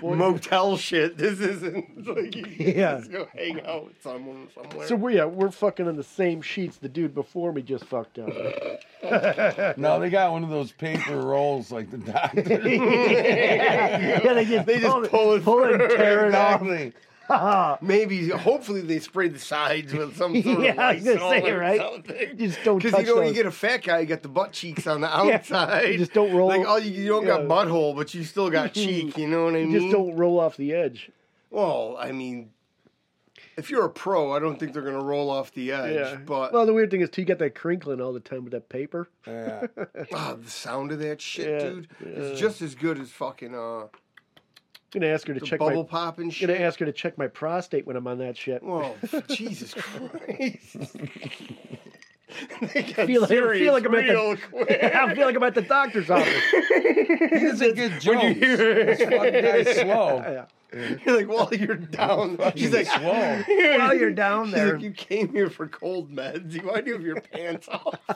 [SPEAKER 3] motel shit. This isn't like you can
[SPEAKER 4] Yeah.
[SPEAKER 3] just go hang out with someone somewhere.
[SPEAKER 4] So we yeah, we're fucking on the same sheets the dude before me just fucked up.
[SPEAKER 2] No, they got one of those paper rolls like the doctor.
[SPEAKER 4] yeah, they just
[SPEAKER 3] they just pull it,
[SPEAKER 4] pull it,
[SPEAKER 3] through.
[SPEAKER 4] tear it off.
[SPEAKER 2] exactly.
[SPEAKER 3] Uh, Maybe, hopefully, they spray the sides with some sort
[SPEAKER 4] Yeah,
[SPEAKER 3] of
[SPEAKER 4] I was gonna
[SPEAKER 3] Lysol
[SPEAKER 4] say,
[SPEAKER 3] or
[SPEAKER 4] right?
[SPEAKER 3] something.
[SPEAKER 4] You just don't
[SPEAKER 3] Because
[SPEAKER 4] touch
[SPEAKER 3] you know when
[SPEAKER 4] those.
[SPEAKER 3] you get a fat guy, you got the butt cheeks on the
[SPEAKER 4] you
[SPEAKER 3] outside.
[SPEAKER 4] just don't roll-
[SPEAKER 3] Like all you, you don't
[SPEAKER 4] yeah.
[SPEAKER 3] got butthole, but you still got cheek. You know what I
[SPEAKER 4] You
[SPEAKER 3] mean?
[SPEAKER 4] just don't roll off the edge.
[SPEAKER 3] Well, I mean, if you're a pro, I don't think they're gonna roll off the edge.
[SPEAKER 4] Yeah.
[SPEAKER 3] But
[SPEAKER 4] Well, the weird thing is too, you got that crinkling all the time with that paper.
[SPEAKER 2] Yeah.
[SPEAKER 3] ah, the sound of that shit,
[SPEAKER 4] Yeah,
[SPEAKER 3] dude,
[SPEAKER 4] yeah.
[SPEAKER 3] is just as good as fucking uh,
[SPEAKER 4] gonna ask her to
[SPEAKER 3] the
[SPEAKER 4] check
[SPEAKER 3] bubble
[SPEAKER 4] my.
[SPEAKER 3] pop and shit.
[SPEAKER 4] Gonna ask her to check my prostate when I'm on that shit.
[SPEAKER 3] Well, Jesus Christ. They got
[SPEAKER 4] Feel like- I feel
[SPEAKER 3] serious
[SPEAKER 4] like I'm at the-
[SPEAKER 3] real quick.
[SPEAKER 4] I feel like I'm at the doctor's office.
[SPEAKER 2] He doesn't get jokes. This fucking guy's slow.
[SPEAKER 4] Yeah.
[SPEAKER 3] You're like, while you're down, she's like,
[SPEAKER 2] slow.
[SPEAKER 4] While you're down
[SPEAKER 3] She's
[SPEAKER 4] there,
[SPEAKER 3] like, you came here for cold meds. You might have your pants off.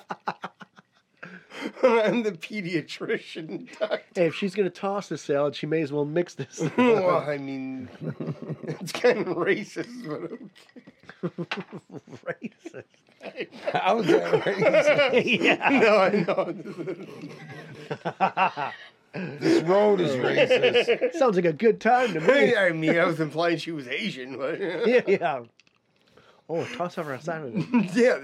[SPEAKER 3] I'm the pediatrician, doctor.
[SPEAKER 4] hey, if she's gonna toss the salad, she may as well mix this.
[SPEAKER 3] Well, I mean, it's kind of racist, but okay.
[SPEAKER 4] Racist.
[SPEAKER 2] I was that racist?
[SPEAKER 4] yeah.
[SPEAKER 3] No, I know.
[SPEAKER 2] This road is racist.
[SPEAKER 4] Sounds like a good time to me.
[SPEAKER 3] I mean, I was implying she was Asian, but
[SPEAKER 4] yeah, yeah. Oh, toss over a salad.
[SPEAKER 3] yeah,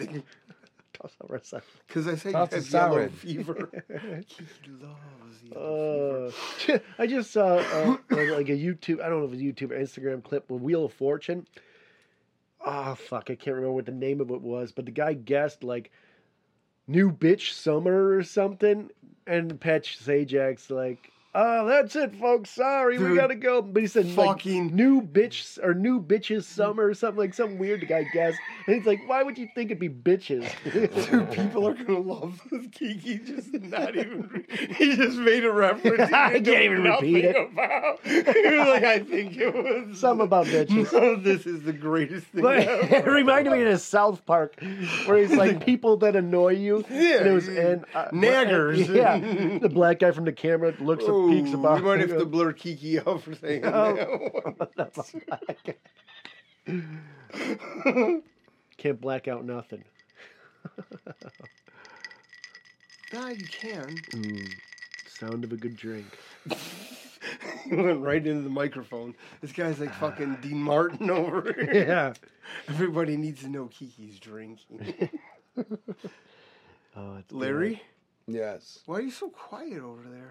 [SPEAKER 4] toss over a salad.
[SPEAKER 3] because I said he
[SPEAKER 2] That's a
[SPEAKER 3] has yellow
[SPEAKER 2] salad.
[SPEAKER 3] fever. he loves yellow
[SPEAKER 4] Uh, I just saw uh, like, like a YouTube, I don't know if it's YouTube or Instagram clip with Wheel of Fortune. Oh, fuck, I can't remember what the name of it was, but the guy guessed like new bitch summer or something, and Patch Sajak's like, oh, that's it, folks, sorry, we
[SPEAKER 3] Dude,
[SPEAKER 4] gotta go. But he said, like,
[SPEAKER 3] fucking-
[SPEAKER 4] new bitch or new bitches summer or something, like some weird guy guessed. And he's like, why would you think it'd be bitches?
[SPEAKER 3] fever. Dude, people are gonna love this. Kiki just not even. re- He just made a reference.
[SPEAKER 4] I
[SPEAKER 3] he knew
[SPEAKER 4] can't even
[SPEAKER 3] nothing
[SPEAKER 4] repeat it.
[SPEAKER 3] About. He was like, I think it was
[SPEAKER 4] Something about bitches.
[SPEAKER 3] No, this is the greatest thing
[SPEAKER 4] But
[SPEAKER 3] ever.
[SPEAKER 4] it reminded me of South Park, where he's like people that annoy you.
[SPEAKER 3] Yeah,
[SPEAKER 4] and it was and uh,
[SPEAKER 3] naggers.
[SPEAKER 4] yeah, the black guy from the camera looks
[SPEAKER 3] Oh,
[SPEAKER 4] and peeks about.
[SPEAKER 3] we might have to blur Kiki out for saying that.
[SPEAKER 4] Can't black out nothing.
[SPEAKER 3] Nah, you can.
[SPEAKER 4] Sound of a good drink.
[SPEAKER 3] He went right into the microphone. This guy's like fucking Dean Martin over here.
[SPEAKER 4] Yeah.
[SPEAKER 3] Everybody needs to know Kiki's drinking.
[SPEAKER 4] Oh, it's
[SPEAKER 3] Larry,
[SPEAKER 2] Yes.
[SPEAKER 3] why are you so quiet over there?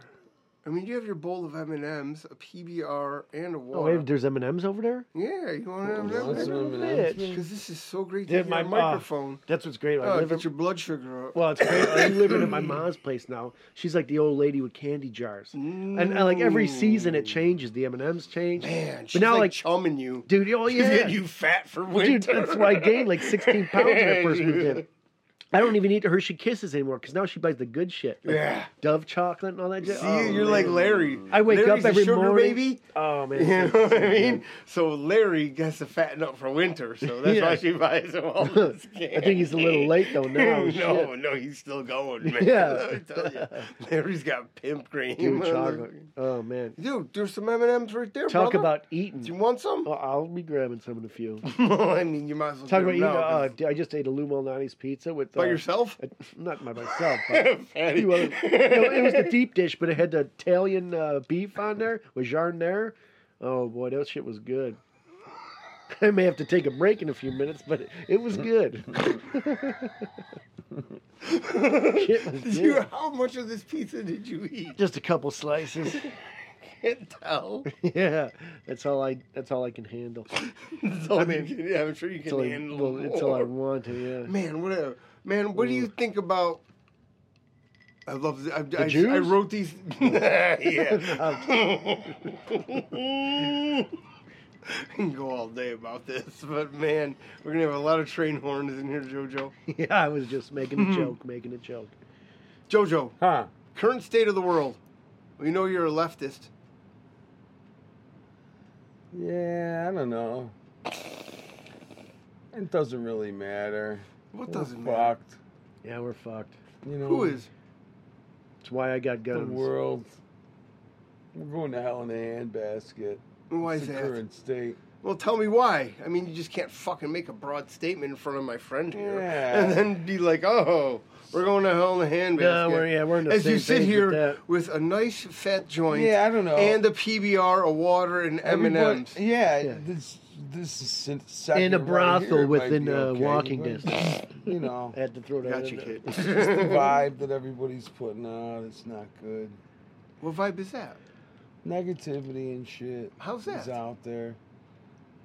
[SPEAKER 3] I mean, you have your bowl of M and M's, a PBR, and a
[SPEAKER 4] good. Oh,
[SPEAKER 3] water.
[SPEAKER 4] wait, there's M and M's over there.
[SPEAKER 3] yeah, you want M
[SPEAKER 2] Want
[SPEAKER 3] and M's?
[SPEAKER 2] some?
[SPEAKER 4] Bitch.
[SPEAKER 3] Because this is so great to
[SPEAKER 4] Dude,
[SPEAKER 3] hear
[SPEAKER 4] my
[SPEAKER 3] my
[SPEAKER 4] mom-
[SPEAKER 3] microphone.
[SPEAKER 4] That's what's great. I
[SPEAKER 3] Oh,
[SPEAKER 4] live in-
[SPEAKER 3] get your blood sugar up.
[SPEAKER 4] Well, it's great. I'm living at my mom's place now. She's like the old lady with candy jars, and uh, like every season it changes. The M and M's change.
[SPEAKER 3] Mm. Man, she's
[SPEAKER 4] but now
[SPEAKER 3] like,
[SPEAKER 4] like,
[SPEAKER 3] chumming you.
[SPEAKER 4] dude, oh
[SPEAKER 3] She's
[SPEAKER 4] yeah,
[SPEAKER 3] getting you fat for
[SPEAKER 4] Dude,
[SPEAKER 3] winter.
[SPEAKER 4] that's why I gained like 16 pounds when I first moved in. I don't even eat Hershey Kisses anymore because now she buys the good shit. Like
[SPEAKER 3] Yeah.
[SPEAKER 4] Dove chocolate and all that shit.
[SPEAKER 3] See,
[SPEAKER 4] oh,
[SPEAKER 3] you're
[SPEAKER 4] man.
[SPEAKER 3] like Larry.
[SPEAKER 4] I wake
[SPEAKER 3] Larry's
[SPEAKER 4] up every
[SPEAKER 3] a sugar
[SPEAKER 4] morning.
[SPEAKER 3] baby.
[SPEAKER 4] Oh, man.
[SPEAKER 3] You know what I mean? So Larry gets to fatten up for winter, so that's
[SPEAKER 4] Yeah.
[SPEAKER 3] why she buys him all this candy.
[SPEAKER 4] I think he's a little late though now.
[SPEAKER 3] no,
[SPEAKER 4] Shit.
[SPEAKER 3] no, he's still going, man.
[SPEAKER 4] Yeah.
[SPEAKER 3] Let me tell you. Larry's got pimp cream.
[SPEAKER 4] Dude, chocolate. Oh, man.
[SPEAKER 3] Dude, there's some M&M's right there,
[SPEAKER 4] Talk
[SPEAKER 3] brother.
[SPEAKER 4] about
[SPEAKER 3] Do you
[SPEAKER 4] eating.
[SPEAKER 3] want some?
[SPEAKER 4] Oh, I'll be grabbing some in a few.
[SPEAKER 3] I mean, you might as well
[SPEAKER 4] Talk
[SPEAKER 3] get 'em
[SPEAKER 4] about eating.
[SPEAKER 3] now, 'cause
[SPEAKER 4] Oh, dude, I just ate a Lou Malnati's pizza with.
[SPEAKER 3] by
[SPEAKER 4] uh,
[SPEAKER 3] yourself?
[SPEAKER 4] Not by myself. But
[SPEAKER 3] Fatty.
[SPEAKER 4] few other- no, it was the deep dish, but it had the Italian uh, beef on there with jarnier. Oh boy, that shit was good. I may have to take a break in a few minutes, but it, was good. shit was
[SPEAKER 3] Did
[SPEAKER 4] good.
[SPEAKER 3] you, how much of this pizza did you eat?
[SPEAKER 4] Just a couple slices.
[SPEAKER 3] Can't tell.
[SPEAKER 4] yeah, that's all I. That's all I can handle.
[SPEAKER 3] I mean, yeah, I'm sure you can
[SPEAKER 4] Until I,
[SPEAKER 3] handle
[SPEAKER 4] well,
[SPEAKER 3] it.
[SPEAKER 4] until I want to. Yeah.
[SPEAKER 3] Man, whatever. Man, what do you think about? I love. th- I, I, I
[SPEAKER 4] Jews?
[SPEAKER 3] wrote these. yeah. I can go all day about this, but man, we're gonna have a lot of train horns in here, Jojo.
[SPEAKER 4] Yeah, I was just
[SPEAKER 3] Hmm.
[SPEAKER 4] making a joke, making a joke.
[SPEAKER 3] Jojo,
[SPEAKER 2] Huh.
[SPEAKER 3] current state of the world. We know you're a leftist.
[SPEAKER 2] Yeah, I don't know. It doesn't really matter.
[SPEAKER 3] What doesn't
[SPEAKER 2] We're
[SPEAKER 3] matter?
[SPEAKER 2] fucked.
[SPEAKER 4] Yeah, we're fucked.
[SPEAKER 2] You know
[SPEAKER 3] Who is?
[SPEAKER 4] That's why I got
[SPEAKER 2] the
[SPEAKER 4] guns.
[SPEAKER 2] world? We're going to hell in a handbasket.
[SPEAKER 3] Why
[SPEAKER 2] It's
[SPEAKER 3] is
[SPEAKER 2] the
[SPEAKER 3] that?
[SPEAKER 2] current state?
[SPEAKER 3] Well, tell me why. I mean, you just can't fucking make a broad statement in front of my friend here,
[SPEAKER 2] Yeah.
[SPEAKER 3] and then be like, "Oh, we're going to hell in a handbasket."
[SPEAKER 4] No, we're, yeah, we're in the
[SPEAKER 3] as
[SPEAKER 4] same
[SPEAKER 3] you sit
[SPEAKER 4] page with
[SPEAKER 3] here
[SPEAKER 4] that.
[SPEAKER 3] with, a nice fat joint.
[SPEAKER 2] Yeah, I don't know.
[SPEAKER 3] And a PBR, a water, and M and
[SPEAKER 2] Everybody-
[SPEAKER 3] M's.
[SPEAKER 2] Yeah,
[SPEAKER 4] Yeah.
[SPEAKER 2] this this is in
[SPEAKER 4] In a brothel within, uh, walking distance.
[SPEAKER 2] You know,
[SPEAKER 4] I had to throw that.
[SPEAKER 3] Got
[SPEAKER 4] in
[SPEAKER 3] you,
[SPEAKER 4] there.
[SPEAKER 3] kid.
[SPEAKER 2] the vibe that everybody's putting out. It's not good.
[SPEAKER 3] what vibe is that?
[SPEAKER 2] Negativity and shit.
[SPEAKER 3] How's
[SPEAKER 2] Is
[SPEAKER 3] that?
[SPEAKER 2] out there.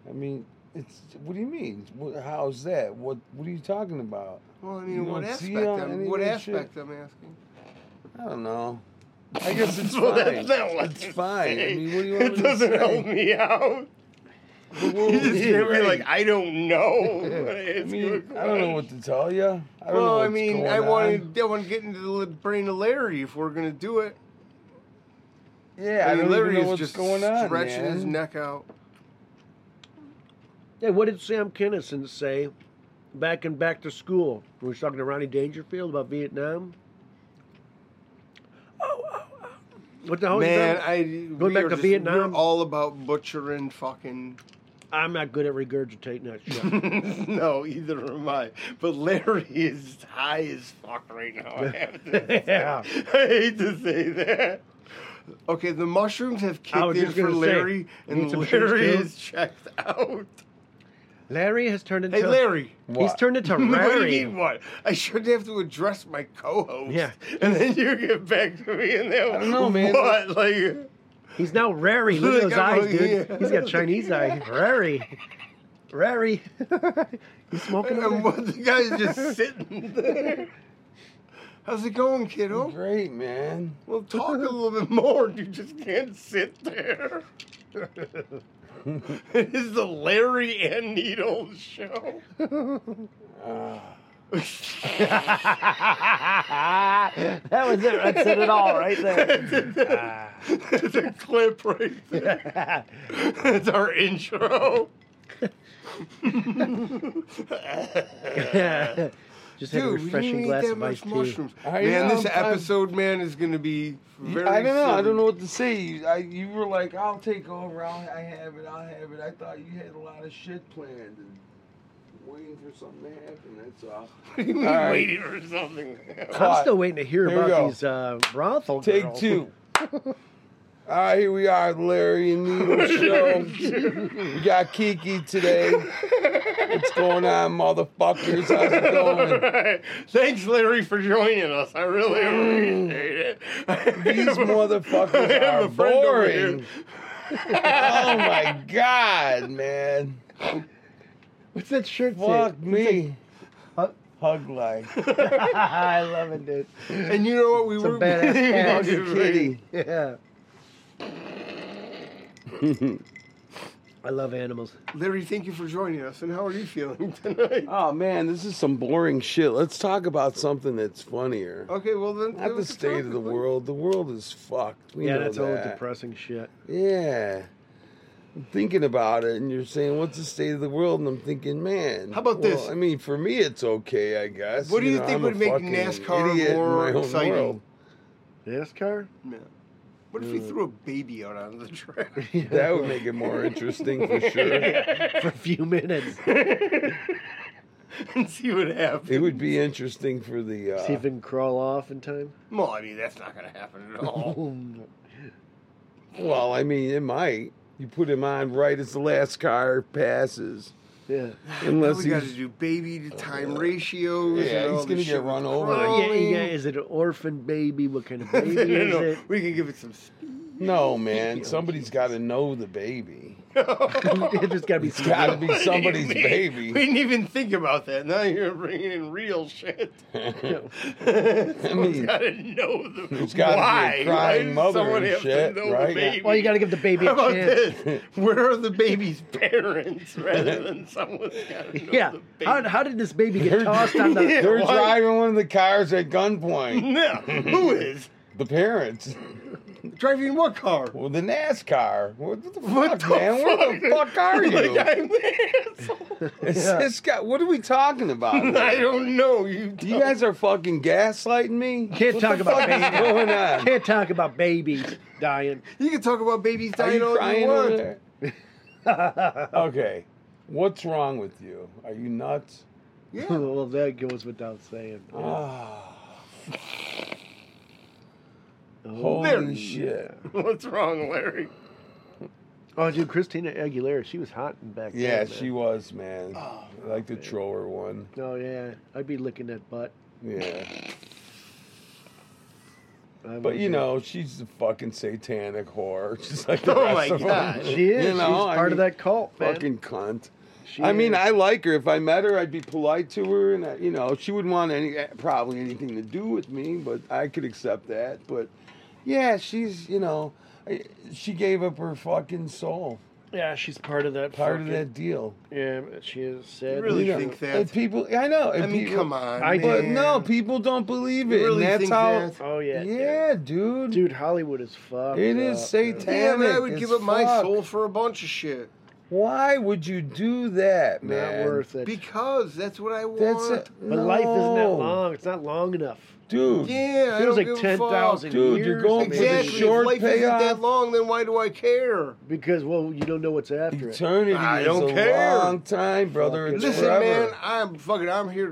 [SPEAKER 2] I mean, it's. What do you mean? What, how's that? What What are you talking about?
[SPEAKER 3] Well, I
[SPEAKER 2] You
[SPEAKER 3] mean, what
[SPEAKER 2] don't see
[SPEAKER 3] aspect?
[SPEAKER 2] on any
[SPEAKER 3] I'm,
[SPEAKER 2] of
[SPEAKER 3] what
[SPEAKER 2] that shit?
[SPEAKER 3] aspect I'm asking?
[SPEAKER 2] I don't know. I guess it's
[SPEAKER 3] Well,
[SPEAKER 2] fine.
[SPEAKER 3] that's not what
[SPEAKER 2] It's
[SPEAKER 3] to
[SPEAKER 2] fine.
[SPEAKER 3] say.
[SPEAKER 2] I mean, what do you want me
[SPEAKER 3] it
[SPEAKER 2] to
[SPEAKER 3] doesn't
[SPEAKER 2] say?
[SPEAKER 3] help me out.
[SPEAKER 2] The world
[SPEAKER 3] You just
[SPEAKER 2] is
[SPEAKER 3] can't be
[SPEAKER 2] great.
[SPEAKER 3] like, I don't know.
[SPEAKER 2] I mean, I don't know what to tell you. I don't know
[SPEAKER 3] Well, I
[SPEAKER 2] what's
[SPEAKER 3] mean,
[SPEAKER 2] going
[SPEAKER 3] I
[SPEAKER 2] on.
[SPEAKER 3] want to. I want to get into the li- brain of Larry if we're gonna do it.
[SPEAKER 2] Yeah, I
[SPEAKER 3] mean,
[SPEAKER 2] don't
[SPEAKER 3] Larry
[SPEAKER 2] even know
[SPEAKER 3] is
[SPEAKER 2] what's
[SPEAKER 3] just
[SPEAKER 2] going on,
[SPEAKER 3] stretching
[SPEAKER 2] man.
[SPEAKER 3] his neck out.
[SPEAKER 4] Yeah, what did Sam Kinison say back in Back to School? We were talking to Ronnie Dangerfield about Vietnam. Oh, oh, oh. What the hell is
[SPEAKER 3] Man,
[SPEAKER 4] that?
[SPEAKER 3] I we
[SPEAKER 4] back
[SPEAKER 3] are
[SPEAKER 4] to
[SPEAKER 3] just-
[SPEAKER 4] Vietnam.
[SPEAKER 3] We're all about butchering fucking.
[SPEAKER 4] I'm not good at regurgitating that shit.
[SPEAKER 3] no, either am I. But Larry is high as fuck right now. I, have to say.
[SPEAKER 4] Yeah.
[SPEAKER 3] I hate to say that. Okay, the mushrooms have
[SPEAKER 4] I was
[SPEAKER 3] kicked in
[SPEAKER 4] just
[SPEAKER 3] for
[SPEAKER 4] gonna say,
[SPEAKER 3] Larry,
[SPEAKER 4] need
[SPEAKER 3] and
[SPEAKER 4] some shrooms
[SPEAKER 3] Larry
[SPEAKER 4] too?
[SPEAKER 3] is checked out.
[SPEAKER 4] Larry has turned into.
[SPEAKER 3] Hey, Larry.
[SPEAKER 4] He's
[SPEAKER 2] What?
[SPEAKER 4] turned into
[SPEAKER 3] What do
[SPEAKER 4] Larry.
[SPEAKER 3] you mean what? I shouldn't have to address my co-host.
[SPEAKER 4] Yeah.
[SPEAKER 3] And then you get back to me and then I
[SPEAKER 2] don't know, man.
[SPEAKER 3] What? Like
[SPEAKER 4] He's now Rary. Look at those
[SPEAKER 3] Look, I'm
[SPEAKER 4] eyes, dude.
[SPEAKER 3] like, yeah.
[SPEAKER 4] He's got Chinese eyes. Rary. Rary. He's smoking over
[SPEAKER 3] and
[SPEAKER 4] there?
[SPEAKER 3] what the guy's just sitting there. How's it going, kiddo?
[SPEAKER 2] Great, man.
[SPEAKER 3] Well talk a little bit more. You just can't sit there. it is the Larry and Needles show.
[SPEAKER 2] Uh,
[SPEAKER 4] that was it. That said it all right there.
[SPEAKER 2] Ah.
[SPEAKER 3] It's a clip right there.
[SPEAKER 4] Ah.
[SPEAKER 3] That's our intro.
[SPEAKER 4] Just had a
[SPEAKER 3] Dude, we didn't
[SPEAKER 4] refreshing
[SPEAKER 3] eat
[SPEAKER 4] glass
[SPEAKER 3] that
[SPEAKER 4] of
[SPEAKER 3] much
[SPEAKER 4] iced tea.
[SPEAKER 3] mushrooms.
[SPEAKER 2] I
[SPEAKER 3] man,
[SPEAKER 2] know,
[SPEAKER 3] this
[SPEAKER 2] I'm- I'm-
[SPEAKER 3] episode, man, is gonna be very.
[SPEAKER 2] I don't know. I
[SPEAKER 3] silly.
[SPEAKER 2] don't know what to say. You, I, you were like, "I'll take over. I'll, I have it. I'll have it." I thought you had a lot of shit planned and waiting for something to happen. That's all.
[SPEAKER 3] We
[SPEAKER 2] right.
[SPEAKER 3] waited for something.
[SPEAKER 2] Cut.
[SPEAKER 4] I'm still waiting to hear
[SPEAKER 2] Here we
[SPEAKER 4] about
[SPEAKER 2] go.
[SPEAKER 4] these uh, brothel
[SPEAKER 2] Take
[SPEAKER 4] girls.
[SPEAKER 2] two. All right, here we are, Larry and Needle Show. we got Kiki today. What's going on, motherfuckers? How's it going?
[SPEAKER 3] Alright. Thanks, Larry, for joining us. I really appreciate it.
[SPEAKER 2] These motherfuckers
[SPEAKER 3] I have
[SPEAKER 2] are
[SPEAKER 3] a friend over here.
[SPEAKER 2] boring. Oh my god, man!
[SPEAKER 4] What's that shirt say?
[SPEAKER 2] Fuck me.
[SPEAKER 4] Hug-
[SPEAKER 2] Hug like
[SPEAKER 4] I love it, dude.
[SPEAKER 3] And you know what? We
[SPEAKER 4] a
[SPEAKER 3] were
[SPEAKER 4] badass cat.
[SPEAKER 2] Hug a kitty.
[SPEAKER 4] Yeah. I love animals.
[SPEAKER 3] Larry, thank you for joining us. And how are you feeling tonight?
[SPEAKER 2] Oh man, this is some boring shit. Let's talk about something that's funnier.
[SPEAKER 3] Okay, well then. give
[SPEAKER 2] Not the
[SPEAKER 3] us a
[SPEAKER 2] state of
[SPEAKER 3] topic.
[SPEAKER 2] the world. The world is fucked. We
[SPEAKER 4] Yeah,
[SPEAKER 2] know
[SPEAKER 4] that's all
[SPEAKER 2] that.
[SPEAKER 4] depressing shit.
[SPEAKER 2] Yeah. I'm thinking about it, and you're saying, "What's the state of the world?" And I'm thinking, "Man,
[SPEAKER 3] How about
[SPEAKER 2] well,
[SPEAKER 3] this?
[SPEAKER 2] I mean, for me, it's okay, I guess.
[SPEAKER 3] What do you
[SPEAKER 2] know,
[SPEAKER 3] think
[SPEAKER 2] I'm a
[SPEAKER 3] would make
[SPEAKER 2] fucking
[SPEAKER 3] NASCAR
[SPEAKER 2] idiot in
[SPEAKER 3] more
[SPEAKER 2] my own
[SPEAKER 3] exciting?
[SPEAKER 2] world.
[SPEAKER 4] NASCAR?
[SPEAKER 3] Yeah. What if we
[SPEAKER 4] Mm.
[SPEAKER 3] threw a baby out on the track?
[SPEAKER 2] That would make it more interesting for sure.
[SPEAKER 4] For a few minutes.
[SPEAKER 3] and see what happens.
[SPEAKER 2] It would be interesting for the.
[SPEAKER 4] See if
[SPEAKER 2] Uh,
[SPEAKER 4] it can crawl off in time.
[SPEAKER 3] Well, I mean, that's not going to happen at all.
[SPEAKER 2] well, I mean, it might. You put him on right as the last car passes,
[SPEAKER 4] Yeah.
[SPEAKER 2] unless
[SPEAKER 3] we
[SPEAKER 2] he's
[SPEAKER 3] got to do baby to time ratios.
[SPEAKER 2] Yeah,
[SPEAKER 3] and all
[SPEAKER 2] he's gonna
[SPEAKER 3] this
[SPEAKER 2] get
[SPEAKER 3] shit with
[SPEAKER 2] run over.
[SPEAKER 4] Oh, Yeah,
[SPEAKER 3] crawling.
[SPEAKER 4] yeah, is it an orphan baby? What kind of
[SPEAKER 3] No,
[SPEAKER 4] baby is
[SPEAKER 3] no,
[SPEAKER 4] it?
[SPEAKER 3] We can give it some. speed.
[SPEAKER 2] No, man. Somebody's got to know the baby.
[SPEAKER 4] it just gotta be
[SPEAKER 2] It's got to be
[SPEAKER 3] What do you
[SPEAKER 2] somebody's
[SPEAKER 3] mean? We
[SPEAKER 2] baby.
[SPEAKER 3] didn't even think about that. Now you're bringing in real shit.
[SPEAKER 2] I
[SPEAKER 3] Someone's
[SPEAKER 2] mean,
[SPEAKER 3] got to know the
[SPEAKER 2] There's gotta be a
[SPEAKER 3] why. why
[SPEAKER 2] crying
[SPEAKER 3] does
[SPEAKER 2] mother
[SPEAKER 3] someone
[SPEAKER 2] and
[SPEAKER 3] have
[SPEAKER 2] shit,
[SPEAKER 3] to know
[SPEAKER 2] right?
[SPEAKER 3] the baby?
[SPEAKER 4] Well, you gotta give the baby
[SPEAKER 3] How
[SPEAKER 4] a
[SPEAKER 2] Oh,
[SPEAKER 3] about
[SPEAKER 4] chance.
[SPEAKER 3] this? Where are the baby's parents rather than someone's got to know
[SPEAKER 4] Yeah.
[SPEAKER 3] the baby?
[SPEAKER 4] How, how did this baby get tossed on the?
[SPEAKER 3] Yeah.
[SPEAKER 2] they're
[SPEAKER 3] Why?
[SPEAKER 2] driving one of the cars at gunpoint.
[SPEAKER 3] No, who is
[SPEAKER 2] The parents.
[SPEAKER 3] driving what car?
[SPEAKER 2] Well, the NASCAR. What the fuck,
[SPEAKER 3] What the
[SPEAKER 2] man? Where the
[SPEAKER 3] fuck?
[SPEAKER 2] fuck are you?
[SPEAKER 3] Like I'm the
[SPEAKER 2] It's
[SPEAKER 4] Yeah.
[SPEAKER 2] this guy. What are we talking about?
[SPEAKER 3] asshole. I
[SPEAKER 2] man?
[SPEAKER 3] don't know. You,
[SPEAKER 2] You guys are fucking gaslighting me.
[SPEAKER 4] Can't
[SPEAKER 2] What
[SPEAKER 4] talk
[SPEAKER 2] the fuck
[SPEAKER 4] about
[SPEAKER 2] is
[SPEAKER 4] baby.
[SPEAKER 2] going on?
[SPEAKER 4] Can't talk about babies dying.
[SPEAKER 3] you can talk about babies
[SPEAKER 2] Are
[SPEAKER 3] dying
[SPEAKER 2] you
[SPEAKER 3] all you
[SPEAKER 2] crying over
[SPEAKER 3] want.
[SPEAKER 2] there? okay, what's wrong with you? Are you nuts?
[SPEAKER 3] Yeah.
[SPEAKER 4] well, that goes without saying.
[SPEAKER 2] Ah.
[SPEAKER 4] Oh,
[SPEAKER 2] Holy
[SPEAKER 3] There.
[SPEAKER 2] shit.
[SPEAKER 3] What's wrong, Larry?
[SPEAKER 4] oh, dude, Christina Aguilera, she was hot and back.
[SPEAKER 2] Yeah,
[SPEAKER 4] then,
[SPEAKER 2] she
[SPEAKER 4] man.
[SPEAKER 2] was, man.
[SPEAKER 3] Oh,
[SPEAKER 2] I like the troller one.
[SPEAKER 4] Oh yeah, I'd be licking that butt.
[SPEAKER 2] Yeah.
[SPEAKER 4] I
[SPEAKER 2] But
[SPEAKER 4] would
[SPEAKER 2] you
[SPEAKER 4] be.
[SPEAKER 2] know, she's a fucking satanic whore. She's like the
[SPEAKER 3] Oh
[SPEAKER 2] rest
[SPEAKER 3] my
[SPEAKER 2] of 'em.
[SPEAKER 3] God.
[SPEAKER 4] she is.
[SPEAKER 2] you know,
[SPEAKER 4] She's
[SPEAKER 2] I
[SPEAKER 4] part of
[SPEAKER 2] mean,
[SPEAKER 4] that cult, man.
[SPEAKER 2] Fucking cunt.
[SPEAKER 4] She
[SPEAKER 2] I mean,
[SPEAKER 4] is.
[SPEAKER 2] I like her. If I met her, I'd be polite to her, and I, you know, she wouldn't want any eh, probably anything to do with me. But I could accept that. But yeah, she's you know, I- she gave up her fucking soul.
[SPEAKER 4] yeah, she's part of that.
[SPEAKER 2] Part of
[SPEAKER 4] fucking-
[SPEAKER 2] that deal.
[SPEAKER 4] Yeah, she is sad.
[SPEAKER 3] Really
[SPEAKER 2] You know,
[SPEAKER 3] think that?
[SPEAKER 2] and people, I know.
[SPEAKER 3] I
[SPEAKER 2] and
[SPEAKER 3] mean,
[SPEAKER 2] people-
[SPEAKER 3] come on.
[SPEAKER 4] I-
[SPEAKER 2] But
[SPEAKER 3] man.
[SPEAKER 2] no, people don't believe it.
[SPEAKER 3] You really
[SPEAKER 2] and that's
[SPEAKER 3] think
[SPEAKER 2] how.
[SPEAKER 3] that?
[SPEAKER 4] Oh yeah.
[SPEAKER 2] Yeah, dude.
[SPEAKER 4] Dude, Hollywood is fucked.
[SPEAKER 2] It is
[SPEAKER 4] up,
[SPEAKER 2] satan-
[SPEAKER 4] man.
[SPEAKER 3] Damn it, I would
[SPEAKER 2] It's
[SPEAKER 3] give up my
[SPEAKER 2] fucked.
[SPEAKER 3] soul for a bunch of shit.
[SPEAKER 2] Why would you do that,
[SPEAKER 4] Not
[SPEAKER 2] man?
[SPEAKER 4] worth it.
[SPEAKER 3] Because that's what I want.
[SPEAKER 2] That's it.
[SPEAKER 4] but life isn't that long. It's not long enough.
[SPEAKER 2] dude.
[SPEAKER 3] Yeah, I don't
[SPEAKER 4] Feels like
[SPEAKER 3] give a
[SPEAKER 4] ten thousand
[SPEAKER 3] fuck.
[SPEAKER 2] Dude, you're going for the
[SPEAKER 3] Exactly.
[SPEAKER 2] short
[SPEAKER 3] if life
[SPEAKER 2] payoff.
[SPEAKER 3] isn't that long, then why do I care?
[SPEAKER 4] because well, you don't know what's after it.
[SPEAKER 2] Eternity
[SPEAKER 3] I
[SPEAKER 2] is
[SPEAKER 3] don't
[SPEAKER 2] a
[SPEAKER 3] care.
[SPEAKER 2] long time, brother. It's
[SPEAKER 3] Listen,
[SPEAKER 2] forever.
[SPEAKER 3] man, I'm fucking. I'm I'm here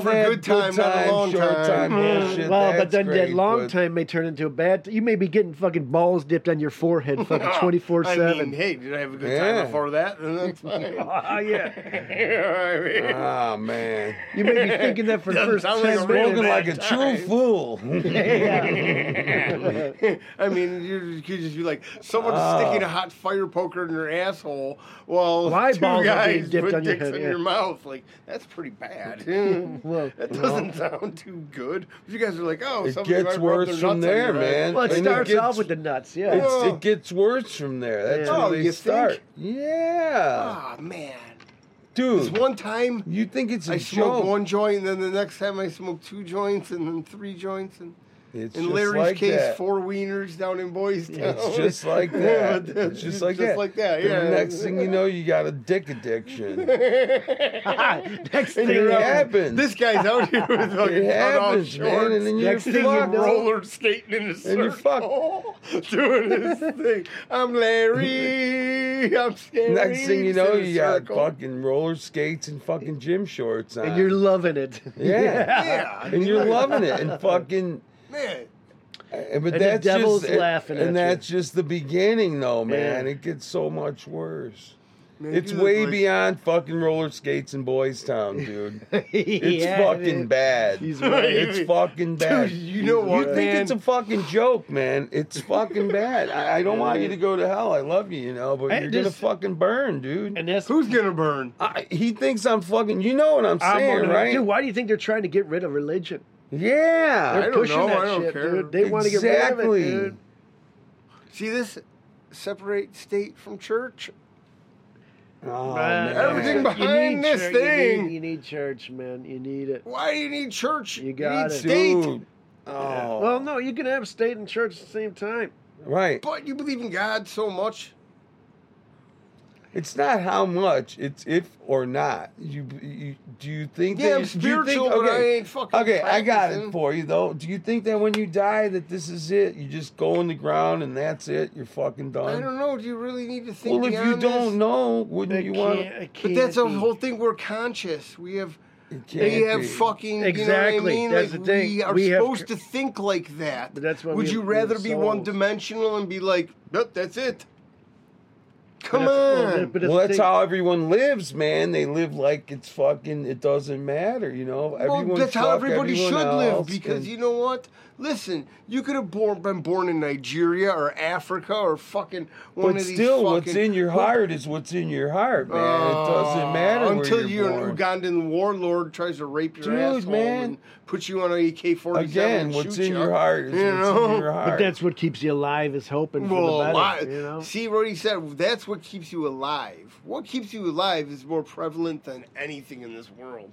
[SPEAKER 3] for a
[SPEAKER 2] that
[SPEAKER 3] good time, not a long
[SPEAKER 2] short
[SPEAKER 3] time.
[SPEAKER 2] bullshit,
[SPEAKER 4] Well,
[SPEAKER 2] that's
[SPEAKER 4] but then
[SPEAKER 2] great,
[SPEAKER 4] that long
[SPEAKER 2] Mm-hmm. but-
[SPEAKER 4] time may turn into a bad. you may be getting fucking balls dipped on your forehead, fucking twenty four
[SPEAKER 3] I mean,
[SPEAKER 4] seven.
[SPEAKER 3] hey, did I have a good
[SPEAKER 2] Yeah.
[SPEAKER 3] time before that? Then that's fine. you know
[SPEAKER 4] Ah, yeah.
[SPEAKER 3] what I mean?
[SPEAKER 2] Ah man,
[SPEAKER 4] You may be thinking that for the
[SPEAKER 3] Doesn't
[SPEAKER 4] first
[SPEAKER 3] sound like
[SPEAKER 4] ten
[SPEAKER 3] a real
[SPEAKER 4] minutes.
[SPEAKER 2] spoken like
[SPEAKER 3] bad
[SPEAKER 2] a
[SPEAKER 3] time.
[SPEAKER 2] true fool.
[SPEAKER 3] I mean, you you could just be like someone's
[SPEAKER 2] Ah.
[SPEAKER 3] sticking a hot fire poker in your asshole while
[SPEAKER 4] My
[SPEAKER 3] two
[SPEAKER 4] balls are being
[SPEAKER 3] guys
[SPEAKER 4] dipped
[SPEAKER 3] put
[SPEAKER 4] on your
[SPEAKER 3] dicks
[SPEAKER 4] head,
[SPEAKER 3] in
[SPEAKER 4] yeah.
[SPEAKER 3] your mouth. Like that's pretty bad. that doesn't sound too good. But you guys are like, oh,
[SPEAKER 2] It
[SPEAKER 3] somebody might
[SPEAKER 2] gets
[SPEAKER 3] rub
[SPEAKER 2] worse
[SPEAKER 3] their
[SPEAKER 2] from
[SPEAKER 3] nuts on
[SPEAKER 2] there,
[SPEAKER 3] your head.
[SPEAKER 2] man.
[SPEAKER 4] Well, it
[SPEAKER 2] And
[SPEAKER 4] starts
[SPEAKER 2] gets-
[SPEAKER 4] off with the nuts, yeah.
[SPEAKER 2] It's,
[SPEAKER 3] Oh.
[SPEAKER 2] it gets worse from there. That's
[SPEAKER 4] Yeah.
[SPEAKER 2] where
[SPEAKER 3] Oh,
[SPEAKER 2] they
[SPEAKER 3] you think?
[SPEAKER 2] start. Yeah,
[SPEAKER 3] Ah man, This
[SPEAKER 2] dude.
[SPEAKER 3] one time
[SPEAKER 2] You think it's a
[SPEAKER 3] I smoked
[SPEAKER 2] joke?
[SPEAKER 3] one joint, and then the next time I smoked two joints, and then three joints, and
[SPEAKER 2] it's
[SPEAKER 3] in
[SPEAKER 2] just
[SPEAKER 3] Larry's
[SPEAKER 2] like
[SPEAKER 3] case,
[SPEAKER 2] that.
[SPEAKER 3] four wieners down in Boys Town.
[SPEAKER 2] It's just like that.
[SPEAKER 3] Yeah,
[SPEAKER 2] It's just like
[SPEAKER 3] just
[SPEAKER 2] that.
[SPEAKER 3] like that,
[SPEAKER 2] Then The
[SPEAKER 3] yeah.
[SPEAKER 2] next thing you know, you got a dick addiction.
[SPEAKER 4] Next
[SPEAKER 3] And
[SPEAKER 4] thing
[SPEAKER 3] you're
[SPEAKER 4] you
[SPEAKER 3] out.
[SPEAKER 4] know-
[SPEAKER 2] happens.
[SPEAKER 3] This guy's out here with fucking
[SPEAKER 2] it
[SPEAKER 3] cut off
[SPEAKER 2] happens, man. And
[SPEAKER 3] shorts.
[SPEAKER 2] then you're
[SPEAKER 4] Next thing you
[SPEAKER 2] fucked.
[SPEAKER 4] know-
[SPEAKER 3] roller skating in a circle,
[SPEAKER 2] you're
[SPEAKER 3] doing his thing. I'm Larry. I'm scary.
[SPEAKER 2] Next thing you
[SPEAKER 3] He's in
[SPEAKER 2] know,
[SPEAKER 3] a
[SPEAKER 2] you got
[SPEAKER 3] circle.
[SPEAKER 2] fucking roller skates and fucking gym shorts on.
[SPEAKER 4] and you're loving it.
[SPEAKER 2] yeah.
[SPEAKER 3] Yeah, I
[SPEAKER 2] and
[SPEAKER 3] mean,
[SPEAKER 2] you're loving it and fucking.
[SPEAKER 3] man.
[SPEAKER 2] And, but
[SPEAKER 4] the
[SPEAKER 2] that's
[SPEAKER 4] devil's
[SPEAKER 2] just, eh,
[SPEAKER 4] laughing
[SPEAKER 2] and
[SPEAKER 4] at you.
[SPEAKER 2] that's just the beginning, though, man.
[SPEAKER 4] Yeah.
[SPEAKER 2] It gets so much worse.
[SPEAKER 3] man,
[SPEAKER 2] it's
[SPEAKER 3] you look
[SPEAKER 2] way
[SPEAKER 3] like-
[SPEAKER 2] beyond fucking roller skates in Boys Town, dude. It's
[SPEAKER 4] Yeah,
[SPEAKER 2] fucking
[SPEAKER 4] it-
[SPEAKER 2] bad.
[SPEAKER 4] He's
[SPEAKER 3] right.
[SPEAKER 2] It's fucking bad.
[SPEAKER 3] Dude, you know what,
[SPEAKER 2] You think
[SPEAKER 3] man?
[SPEAKER 2] it's a fucking joke, man? It's fucking bad. I, I don't want you to go to hell. I love you, you know, but
[SPEAKER 4] I
[SPEAKER 2] you're gonna
[SPEAKER 4] just-
[SPEAKER 2] fucking burn, dude.
[SPEAKER 4] And that's
[SPEAKER 3] Who's gonna burn?
[SPEAKER 2] I, he thinks I'm fucking. You know what I'm saying,
[SPEAKER 4] wondering,
[SPEAKER 2] right?
[SPEAKER 4] Dude, why do you think they're trying to get rid of religion?
[SPEAKER 2] Yeah.
[SPEAKER 4] They're
[SPEAKER 3] don't
[SPEAKER 4] pushing
[SPEAKER 3] know,
[SPEAKER 4] that
[SPEAKER 3] I don't
[SPEAKER 4] shit,
[SPEAKER 3] care.
[SPEAKER 4] dude. They want to get rid of it,
[SPEAKER 2] Exactly.
[SPEAKER 4] dude.
[SPEAKER 3] See this? Separate state from church.
[SPEAKER 2] Oh,
[SPEAKER 4] Man,
[SPEAKER 2] man.
[SPEAKER 3] Everything
[SPEAKER 4] you
[SPEAKER 3] behind
[SPEAKER 4] need
[SPEAKER 3] this
[SPEAKER 4] church- you need-
[SPEAKER 3] thing.
[SPEAKER 4] you need church, man. You need it.
[SPEAKER 3] Why do you need church?
[SPEAKER 4] You got
[SPEAKER 3] need
[SPEAKER 4] it.
[SPEAKER 3] state.
[SPEAKER 2] Dude. Oh,
[SPEAKER 4] Well, no, you can have state and church at the same time.
[SPEAKER 2] right.
[SPEAKER 3] But you believe in God so much.
[SPEAKER 2] It's not how much. It's if or not. You, you do you think?
[SPEAKER 3] Yeah,
[SPEAKER 2] that
[SPEAKER 3] I'm
[SPEAKER 2] you- do you think-
[SPEAKER 3] spiritual, but I ain't fucking
[SPEAKER 2] Okay, I got it
[SPEAKER 3] practicing.
[SPEAKER 2] for you though. Do you think that when you die, that this is it? You just go in the ground and that's it. You're fucking done.
[SPEAKER 3] I don't know. Do you really need to think?
[SPEAKER 2] well, if you
[SPEAKER 3] beyond
[SPEAKER 2] don't
[SPEAKER 3] this?
[SPEAKER 2] know, wouldn't you want?
[SPEAKER 4] Can't-
[SPEAKER 2] to
[SPEAKER 4] it
[SPEAKER 3] But that's
[SPEAKER 4] can't
[SPEAKER 3] a
[SPEAKER 4] be.
[SPEAKER 3] whole thing. We're conscious. We have
[SPEAKER 2] It can't
[SPEAKER 3] we have
[SPEAKER 2] be.
[SPEAKER 3] fucking You know what I
[SPEAKER 4] Exactly,
[SPEAKER 3] mean?
[SPEAKER 4] that's
[SPEAKER 3] Like,
[SPEAKER 4] the thing.
[SPEAKER 3] We are
[SPEAKER 4] We have
[SPEAKER 3] supposed
[SPEAKER 4] cr-
[SPEAKER 3] to think like that.
[SPEAKER 4] But that's what
[SPEAKER 3] Would
[SPEAKER 4] we-
[SPEAKER 3] you
[SPEAKER 4] we
[SPEAKER 3] rather
[SPEAKER 4] have
[SPEAKER 3] be
[SPEAKER 4] souls.
[SPEAKER 3] one dimensional and be like, nope, that's it.
[SPEAKER 4] But
[SPEAKER 3] Come
[SPEAKER 4] that's- well,
[SPEAKER 3] on.
[SPEAKER 4] that- but
[SPEAKER 2] well,
[SPEAKER 4] the
[SPEAKER 2] that's
[SPEAKER 4] thing-
[SPEAKER 2] how everyone lives, man. They live like it's fucking. It doesn't matter, you know. Everyone
[SPEAKER 3] well, that's how
[SPEAKER 2] fuck
[SPEAKER 3] everybody
[SPEAKER 2] everyone
[SPEAKER 3] should live
[SPEAKER 2] else
[SPEAKER 3] because
[SPEAKER 2] and-
[SPEAKER 3] you know what? Listen, you could have born, been born in Nigeria or Africa or fucking one
[SPEAKER 2] But
[SPEAKER 3] of these.
[SPEAKER 2] still, what's
[SPEAKER 3] fucking-
[SPEAKER 2] in your
[SPEAKER 3] Well,
[SPEAKER 2] heart is what's in your heart, man. it doesn't matter
[SPEAKER 3] Uh,
[SPEAKER 2] where
[SPEAKER 3] until
[SPEAKER 2] you're
[SPEAKER 3] you
[SPEAKER 2] born.
[SPEAKER 3] an Ugandan warlord tries to rape your
[SPEAKER 2] Dude,
[SPEAKER 3] asshole
[SPEAKER 2] man.
[SPEAKER 3] and puts you on an AK-47.
[SPEAKER 2] Again,
[SPEAKER 3] and
[SPEAKER 2] what's
[SPEAKER 3] shoot
[SPEAKER 2] in
[SPEAKER 3] ya.
[SPEAKER 2] your heart is
[SPEAKER 3] you
[SPEAKER 2] what's
[SPEAKER 3] know?
[SPEAKER 2] in your heart.
[SPEAKER 4] But that's what keeps you alive is hoping for
[SPEAKER 3] Well,
[SPEAKER 4] the better.
[SPEAKER 3] alive.
[SPEAKER 4] You know?
[SPEAKER 3] See what he said. That's what keeps you alive. What keeps you alive is more prevalent than anything in this world.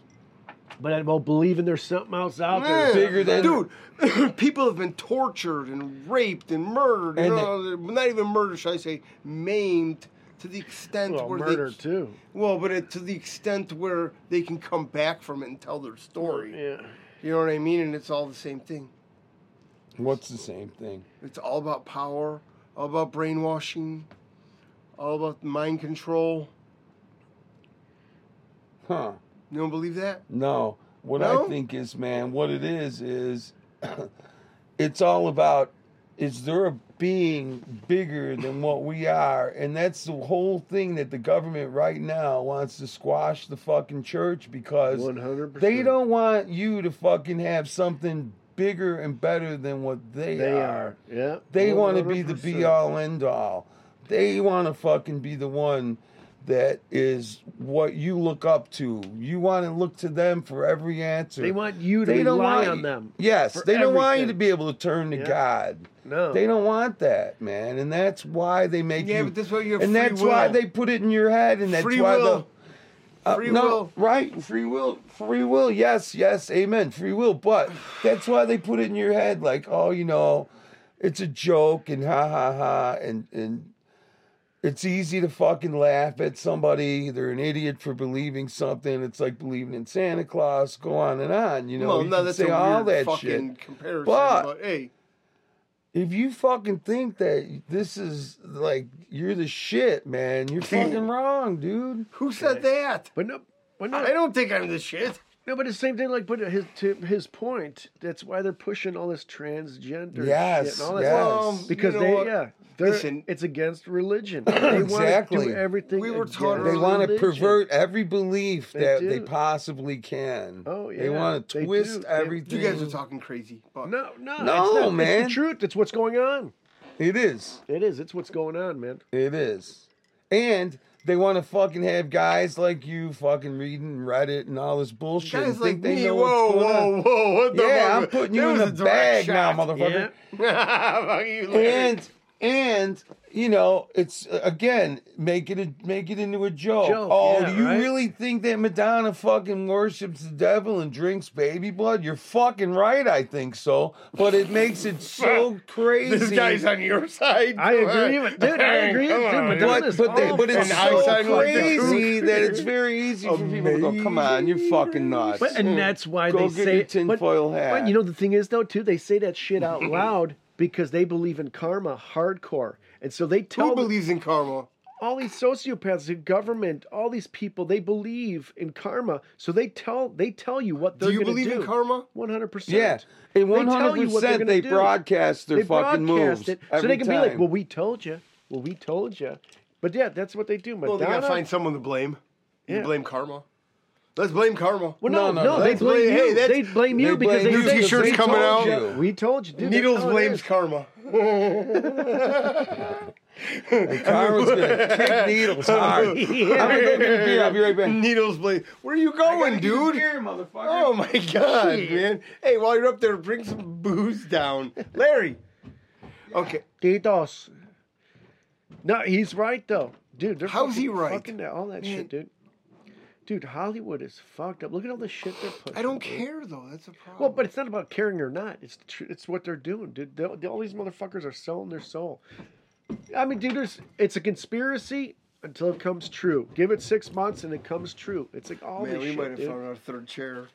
[SPEAKER 4] But I won't believe in there's something else out
[SPEAKER 3] Yeah.
[SPEAKER 4] there.
[SPEAKER 2] bigger than-
[SPEAKER 3] dude. people have been tortured and raped and murdered, and
[SPEAKER 2] And
[SPEAKER 3] all- not even murdered, should I say, maimed to the extent
[SPEAKER 4] Well,
[SPEAKER 3] where
[SPEAKER 4] murder
[SPEAKER 3] they
[SPEAKER 4] too.
[SPEAKER 3] well, but it, to the extent where they can come back from it and tell their story.
[SPEAKER 4] Yeah.
[SPEAKER 3] You know what I mean? And it's all the same thing.
[SPEAKER 2] what's the same thing?
[SPEAKER 3] It's all about power, all about brainwashing, all about mind control.
[SPEAKER 2] Huh?
[SPEAKER 3] You don't believe that?
[SPEAKER 2] No. What
[SPEAKER 3] No?
[SPEAKER 2] I think is, man, what it is is, it's all about. Is there a being bigger than what we are? And that's the whole thing that the government right now wants to squash the fucking church because
[SPEAKER 4] 100%.
[SPEAKER 2] They don't want you to fucking have something bigger and better than what they,
[SPEAKER 4] They
[SPEAKER 2] are.
[SPEAKER 4] are. Yeah.
[SPEAKER 2] They want to be the
[SPEAKER 4] 100%.
[SPEAKER 2] be all end all. They want to fucking be the one that is what you look up to. You want to look to them for every answer.
[SPEAKER 4] They want you to
[SPEAKER 2] They don't
[SPEAKER 4] rely
[SPEAKER 2] want
[SPEAKER 4] on
[SPEAKER 2] you-
[SPEAKER 4] them.
[SPEAKER 2] Yes,
[SPEAKER 4] for
[SPEAKER 2] they don't want you
[SPEAKER 4] everything.
[SPEAKER 2] to be able to turn to
[SPEAKER 4] Yeah.
[SPEAKER 2] God.
[SPEAKER 4] No.
[SPEAKER 2] They don't want that, man, and that's why they make
[SPEAKER 3] Yeah,
[SPEAKER 2] you.
[SPEAKER 3] but that's why you have
[SPEAKER 2] and
[SPEAKER 3] free
[SPEAKER 2] that's why
[SPEAKER 3] will.
[SPEAKER 2] they put it in your head, and that's
[SPEAKER 3] Free
[SPEAKER 2] why
[SPEAKER 3] will.
[SPEAKER 2] the uh,
[SPEAKER 3] Free
[SPEAKER 2] no,
[SPEAKER 3] will.
[SPEAKER 2] right? Free will, free will. Yes, yes, amen. Free will, but that's why they put it in your head, like, oh, you know, it's a joke, and ha ha ha, and and it's easy to fucking laugh at somebody. They're an idiot for believing something. It's like believing in Santa Claus. Go on and on. You know,
[SPEAKER 3] well,
[SPEAKER 2] you
[SPEAKER 3] no,
[SPEAKER 2] can
[SPEAKER 3] that's
[SPEAKER 2] say
[SPEAKER 3] a
[SPEAKER 2] all
[SPEAKER 3] weird
[SPEAKER 2] that shit
[SPEAKER 3] fucking comparison.
[SPEAKER 2] But-
[SPEAKER 3] but hey,
[SPEAKER 2] if you fucking think that this is like you're the shit, man, you're fucking wrong, dude.
[SPEAKER 3] who said that?
[SPEAKER 4] But no. But no.
[SPEAKER 3] I don't think I'm the shit.
[SPEAKER 4] No, but it's the same thing. Like, but his to his point. That's why they're pushing all this transgender
[SPEAKER 2] Yes,
[SPEAKER 4] shit and all that.
[SPEAKER 2] yes.
[SPEAKER 4] stuff.
[SPEAKER 2] Um,
[SPEAKER 4] because
[SPEAKER 3] you know
[SPEAKER 4] they,
[SPEAKER 3] what?
[SPEAKER 4] yeah, they're,
[SPEAKER 3] Listen.
[SPEAKER 4] it's against religion. They wanna
[SPEAKER 2] Exactly.
[SPEAKER 4] do everything.
[SPEAKER 3] We were taught
[SPEAKER 4] against
[SPEAKER 2] They want to
[SPEAKER 4] religion.
[SPEAKER 2] pervert every belief
[SPEAKER 4] They
[SPEAKER 2] that they
[SPEAKER 4] do.
[SPEAKER 2] possibly can.
[SPEAKER 4] Oh, yeah,
[SPEAKER 2] They want
[SPEAKER 4] they
[SPEAKER 2] to
[SPEAKER 4] do.
[SPEAKER 2] twist
[SPEAKER 4] They-
[SPEAKER 2] everything.
[SPEAKER 3] You guys are talking crazy, but
[SPEAKER 4] No, no, it's
[SPEAKER 2] No,
[SPEAKER 4] not- it's
[SPEAKER 2] man.
[SPEAKER 4] the truth. It's what's going on.
[SPEAKER 2] It is.
[SPEAKER 4] It is. It's what's going on, man.
[SPEAKER 2] It is. And they want to fucking have guys like you fucking reading Reddit and all this bullshit. and
[SPEAKER 3] guys
[SPEAKER 2] think
[SPEAKER 3] like
[SPEAKER 2] they
[SPEAKER 3] me.
[SPEAKER 2] know
[SPEAKER 3] Whoa,
[SPEAKER 2] what's going on.
[SPEAKER 3] whoa, whoa! What the
[SPEAKER 2] Yeah,
[SPEAKER 3] fuck?
[SPEAKER 2] I'm putting
[SPEAKER 3] That
[SPEAKER 2] you in
[SPEAKER 3] was
[SPEAKER 2] the
[SPEAKER 3] a
[SPEAKER 2] bag
[SPEAKER 3] direct
[SPEAKER 2] now,
[SPEAKER 3] shot.
[SPEAKER 2] motherfucker.
[SPEAKER 3] Fuck you, Larry.
[SPEAKER 2] and and you know it's uh, again make it a, make it into a joke.
[SPEAKER 4] Joke,
[SPEAKER 2] oh,
[SPEAKER 4] yeah,
[SPEAKER 2] do you
[SPEAKER 4] right?
[SPEAKER 2] really think that Madonna fucking worships the devil and drinks baby blood? You're fucking right. I think so, but it makes it so crazy.
[SPEAKER 3] this guy's on your side.
[SPEAKER 4] I agree with- dude, I agree with- dude,
[SPEAKER 3] Come on.
[SPEAKER 4] Madonna-
[SPEAKER 2] but, but, they, but it's
[SPEAKER 3] And outside
[SPEAKER 2] so
[SPEAKER 3] was the
[SPEAKER 2] crazy
[SPEAKER 3] truth.
[SPEAKER 2] that it's very easy for people to go, come on, you're fucking nuts.
[SPEAKER 4] But and that's why
[SPEAKER 2] Go
[SPEAKER 4] they
[SPEAKER 2] get
[SPEAKER 4] say
[SPEAKER 2] your tinfoil
[SPEAKER 4] but,
[SPEAKER 2] hat.
[SPEAKER 4] But you know the thing is though too, they say that shit out loud because they believe in karma hardcore, and so they tell
[SPEAKER 3] Who
[SPEAKER 4] the-
[SPEAKER 3] believes in karma?
[SPEAKER 4] all these sociopaths, the government, all these people, they believe in karma, so they tell they tell you what they're
[SPEAKER 3] Do you
[SPEAKER 4] going to
[SPEAKER 3] believe in karma?
[SPEAKER 4] One hundred percent.
[SPEAKER 2] yeah. And
[SPEAKER 4] They
[SPEAKER 2] one
[SPEAKER 4] tell you
[SPEAKER 2] hundred
[SPEAKER 4] what they're
[SPEAKER 2] percent
[SPEAKER 4] gonna
[SPEAKER 2] they
[SPEAKER 4] do.
[SPEAKER 2] broadcast their
[SPEAKER 4] They
[SPEAKER 2] fucking
[SPEAKER 4] broadcast
[SPEAKER 2] moves.
[SPEAKER 4] it, so
[SPEAKER 2] every
[SPEAKER 4] they can
[SPEAKER 2] time.
[SPEAKER 4] be like, "Well, we told you. Well, we told you." But yeah, that's what they do. Madonna.
[SPEAKER 3] Well, they gotta find someone to blame. You
[SPEAKER 4] Yeah.
[SPEAKER 3] blame karma. Let's blame karma.
[SPEAKER 4] well,
[SPEAKER 2] No,
[SPEAKER 4] no, no,
[SPEAKER 2] no, no.
[SPEAKER 4] they
[SPEAKER 2] That's
[SPEAKER 4] blame
[SPEAKER 3] blame- hey,
[SPEAKER 4] you.
[SPEAKER 3] that's-
[SPEAKER 4] they blame you
[SPEAKER 2] they
[SPEAKER 4] because
[SPEAKER 2] blame
[SPEAKER 4] they
[SPEAKER 2] you
[SPEAKER 4] say
[SPEAKER 3] New t-shirts
[SPEAKER 2] they
[SPEAKER 3] coming
[SPEAKER 2] told
[SPEAKER 3] out.
[SPEAKER 2] you.
[SPEAKER 4] we told you. Dude, that's
[SPEAKER 3] Needles
[SPEAKER 4] how it
[SPEAKER 3] blames
[SPEAKER 4] is.
[SPEAKER 3] karma.
[SPEAKER 2] Carmen's gonna kick needles hard. I'm gonna go get a beer. I'll be right back.
[SPEAKER 3] Needles blame. Where are you going, dude? Oh my god, man! Hey, while you're up there, bring some booze down, Larry. Okay,
[SPEAKER 4] Tito's. No, he's right though, dude. They're
[SPEAKER 3] How's
[SPEAKER 4] fucking-
[SPEAKER 3] he right?
[SPEAKER 4] Fucking all that shit, dude. Dude, Hollywood is fucked up. Look at all the shit they're putting.
[SPEAKER 3] I don't
[SPEAKER 4] dude.
[SPEAKER 3] care though. That's a problem.
[SPEAKER 4] Well, but it's not about caring or not. It's the tr- it's what they're doing, dude. They, they- all these motherfuckers are selling their soul. I mean, dude, there's, it's a conspiracy until it comes true. Give it six months and it comes true. It's like all
[SPEAKER 3] man,
[SPEAKER 4] this
[SPEAKER 3] we
[SPEAKER 4] shit,
[SPEAKER 3] might have
[SPEAKER 4] dude.
[SPEAKER 3] found our third chair.